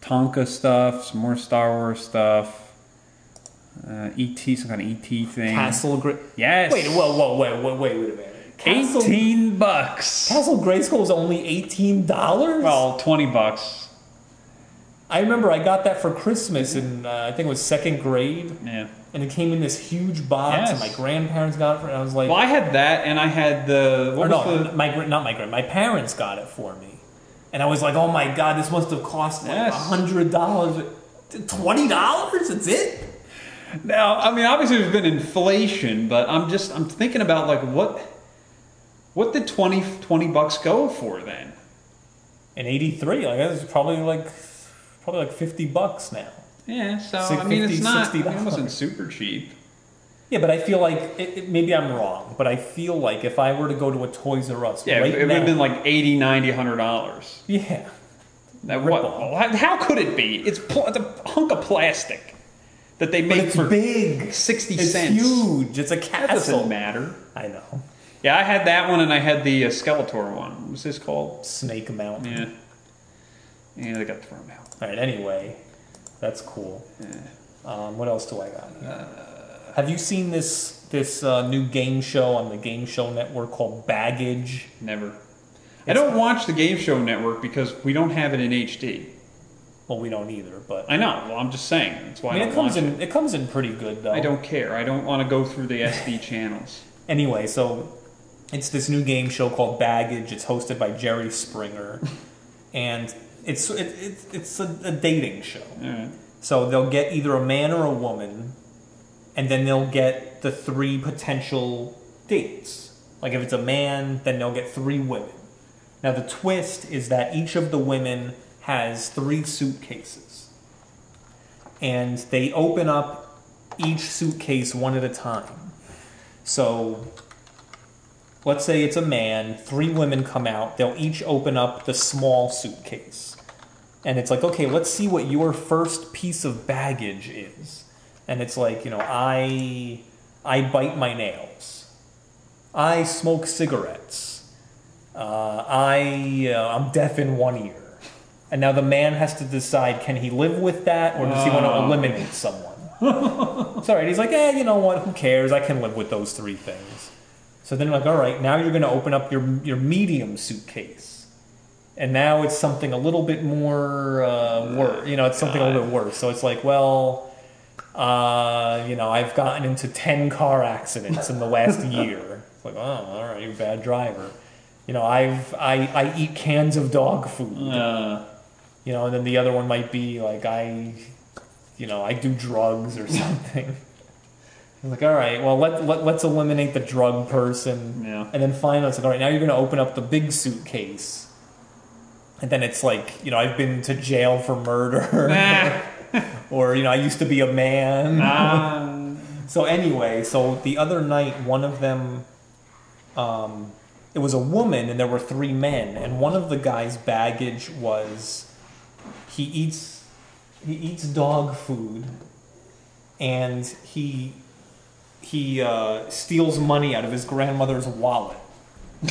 Speaker 3: Tonka stuff, some more Star Wars stuff, uh, ET, some kind of ET thing.
Speaker 2: Castle Gray.
Speaker 3: Mm. Yes.
Speaker 2: Wait, whoa, whoa, wait, wait, wait, wait a minute. Castle,
Speaker 3: Eighteen bucks.
Speaker 2: Castle Grayskull is only eighteen dollars.
Speaker 3: Well, twenty bucks.
Speaker 2: I remember I got that for Christmas in uh, I think it was second grade,
Speaker 3: Yeah.
Speaker 2: and it came in this huge box, and
Speaker 3: Yes.
Speaker 2: my grandparents got it for, and I was like,
Speaker 3: Well, I had that, and I had the
Speaker 2: or
Speaker 3: what was
Speaker 2: no,
Speaker 3: the
Speaker 2: my gra- not my grand, my parents got it for me, and I was like, oh my god, this must have cost like a
Speaker 3: Yes.
Speaker 2: hundred dollars, twenty dollars. That's it.
Speaker 3: now. I mean, obviously there's been inflation, but I'm just I'm thinking about like what what did 20, 20 bucks go for then?
Speaker 2: In '83, like that's probably like probably like fifty bucks now.
Speaker 3: Yeah, so
Speaker 2: Six-
Speaker 3: I mean, it's
Speaker 2: 50,
Speaker 3: not
Speaker 2: 60
Speaker 3: it wasn't super cheap.
Speaker 2: Yeah, but I feel like it, it, maybe I'm wrong, but I feel like if I were to go to a Toys R Us
Speaker 3: Yeah,
Speaker 2: right
Speaker 3: it would
Speaker 2: now,
Speaker 3: have been like 80 90 100 dollars.
Speaker 2: yeah,
Speaker 3: Now what?
Speaker 2: Ripple.
Speaker 3: how- How could it be? It's, pl- it's a hunk of plastic that they
Speaker 2: but
Speaker 3: make
Speaker 2: it's
Speaker 3: for
Speaker 2: big,
Speaker 3: 60
Speaker 2: it's
Speaker 3: cents.
Speaker 2: huge, it's a
Speaker 3: That doesn't
Speaker 2: castle.
Speaker 3: matter.
Speaker 2: I know,
Speaker 3: Yeah, I had that one, and I had the uh, Skeletor one. What was this called?
Speaker 2: Snake Mountain.
Speaker 3: Yeah. Yeah, they got thrown out.
Speaker 2: All right. Anyway, that's cool. Um, what else do I got? here? Have you seen this this uh, new game show on the Game Show Network called Baggage?
Speaker 3: Never. I don't watch the Game Show Network because we don't have it in HD.
Speaker 2: Well, we don't either, but
Speaker 3: I know. Well, I'm just saying. That's
Speaker 2: I
Speaker 3: why I,
Speaker 2: mean,
Speaker 3: don't
Speaker 2: it comes
Speaker 3: watch
Speaker 2: in it comes in pretty good though.
Speaker 3: it. I don't care. I don't want to go through the
Speaker 2: [LAUGHS]
Speaker 3: SD channels.
Speaker 2: Anyway, so it's this new game show called Baggage. It's hosted by Jerry Springer, and it's it, it's it's a, a dating show.
Speaker 3: All right.
Speaker 2: So they'll get either a man or a woman, and then they'll get the three potential dates. Like if it's a man, then they'll get three women. Now the twist is that each of the women has three suitcases. And they open up each suitcase one at a time. So let's say it's a man, three women come out, they'll each open up the small suitcase and it's like, okay, let's see what your first piece of baggage is. And it's like, you know, I I bite my nails. I smoke cigarettes. Uh, I uh, I'm deaf in one ear. And now the man has to decide: can he live with that, or does he want to eliminate someone? it's all right. He's like, eh, you know what? Who cares? I can live with those three things. So then, like, all right, now you're going to open up your your medium suitcase and now it's something a little bit more uh, worse. You know, it's something a little bit worse. So it's like, well, uh, you know, I've gotten into ten car accidents in the last year. It's like, oh, all right, you're a bad driver. You know, I've I, I eat cans of dog food. You know, and then the other one might be like I, you know, I do drugs or [LAUGHS] something. I'm like, all right, well, let, let, let's eliminate the drug person.
Speaker 3: Yeah.
Speaker 2: And then finally, it's like, all right, now you're going to open up the big suitcase. And then it's like, you know, I've been to jail for murder.
Speaker 3: Uh,
Speaker 2: or, you know, I used to be a man. [LAUGHS] so, anyway, so the other night, one of them, um, it was a woman and there were three men. And one of the guy's baggage was he eats he eats dog food and he he uh, steals money out of his grandmother's wallet [LAUGHS]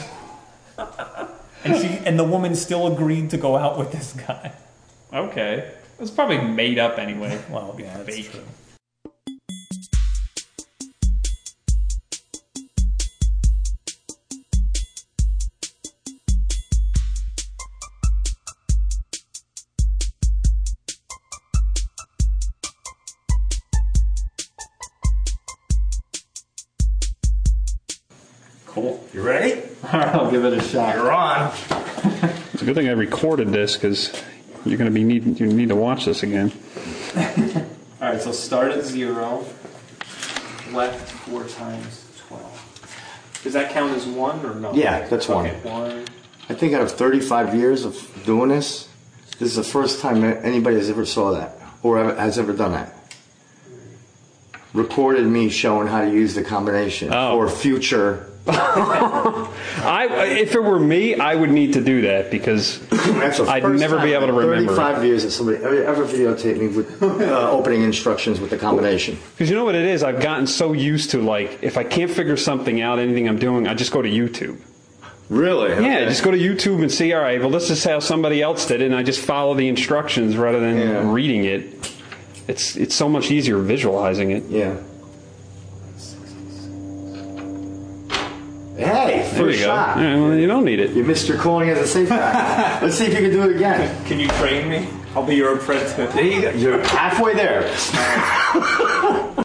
Speaker 2: and she and the woman still agreed to go out with this guy
Speaker 3: [LAUGHS] Okay. It was probably made up anyway.
Speaker 2: well yeah that's
Speaker 3: Fake.
Speaker 2: true
Speaker 9: Cool. You ready?
Speaker 7: All right, I'll give it a shot.
Speaker 9: You're on.
Speaker 7: It's a good thing I recorded this because you're going to be need you need to watch this again.
Speaker 10: All right, so start at zero, left four times twelve. Does that count as one or no?
Speaker 9: Yeah, that's one.
Speaker 10: Okay, one.
Speaker 9: I think out of 35 years of doing this, this is the first time that anybody has ever saw that or ever- has ever done that. Recorded me showing how to use the combination
Speaker 7: Oh.
Speaker 9: or future.
Speaker 7: [LAUGHS] I if it were me, I would need to do that because
Speaker 9: That's the
Speaker 7: I'd
Speaker 9: first
Speaker 7: never be
Speaker 9: time
Speaker 7: able to
Speaker 9: in
Speaker 7: remember.
Speaker 9: 35 years that somebody ever, ever videotaped me with uh, opening instructions with the combination.
Speaker 7: Because you know what it is? I've gotten so used to like if I can't figure something out, anything I'm doing, I just go to YouTube.
Speaker 9: Really?
Speaker 7: Yeah, just go to YouTube and see. All right, well, this is how somebody else did it, and I just follow the instructions rather than
Speaker 9: Yeah.
Speaker 7: reading it. It's it's so much easier visualizing it.
Speaker 9: Yeah. Hey,
Speaker 7: There
Speaker 9: first
Speaker 7: you go.
Speaker 9: shot.
Speaker 7: Yeah, well, you don't need it. [LAUGHS]
Speaker 9: You missed your calling as a safe guy. Let's see if you can do it again.
Speaker 2: can you train me
Speaker 11: I'll be your apprentice.
Speaker 2: There you go. You're halfway there.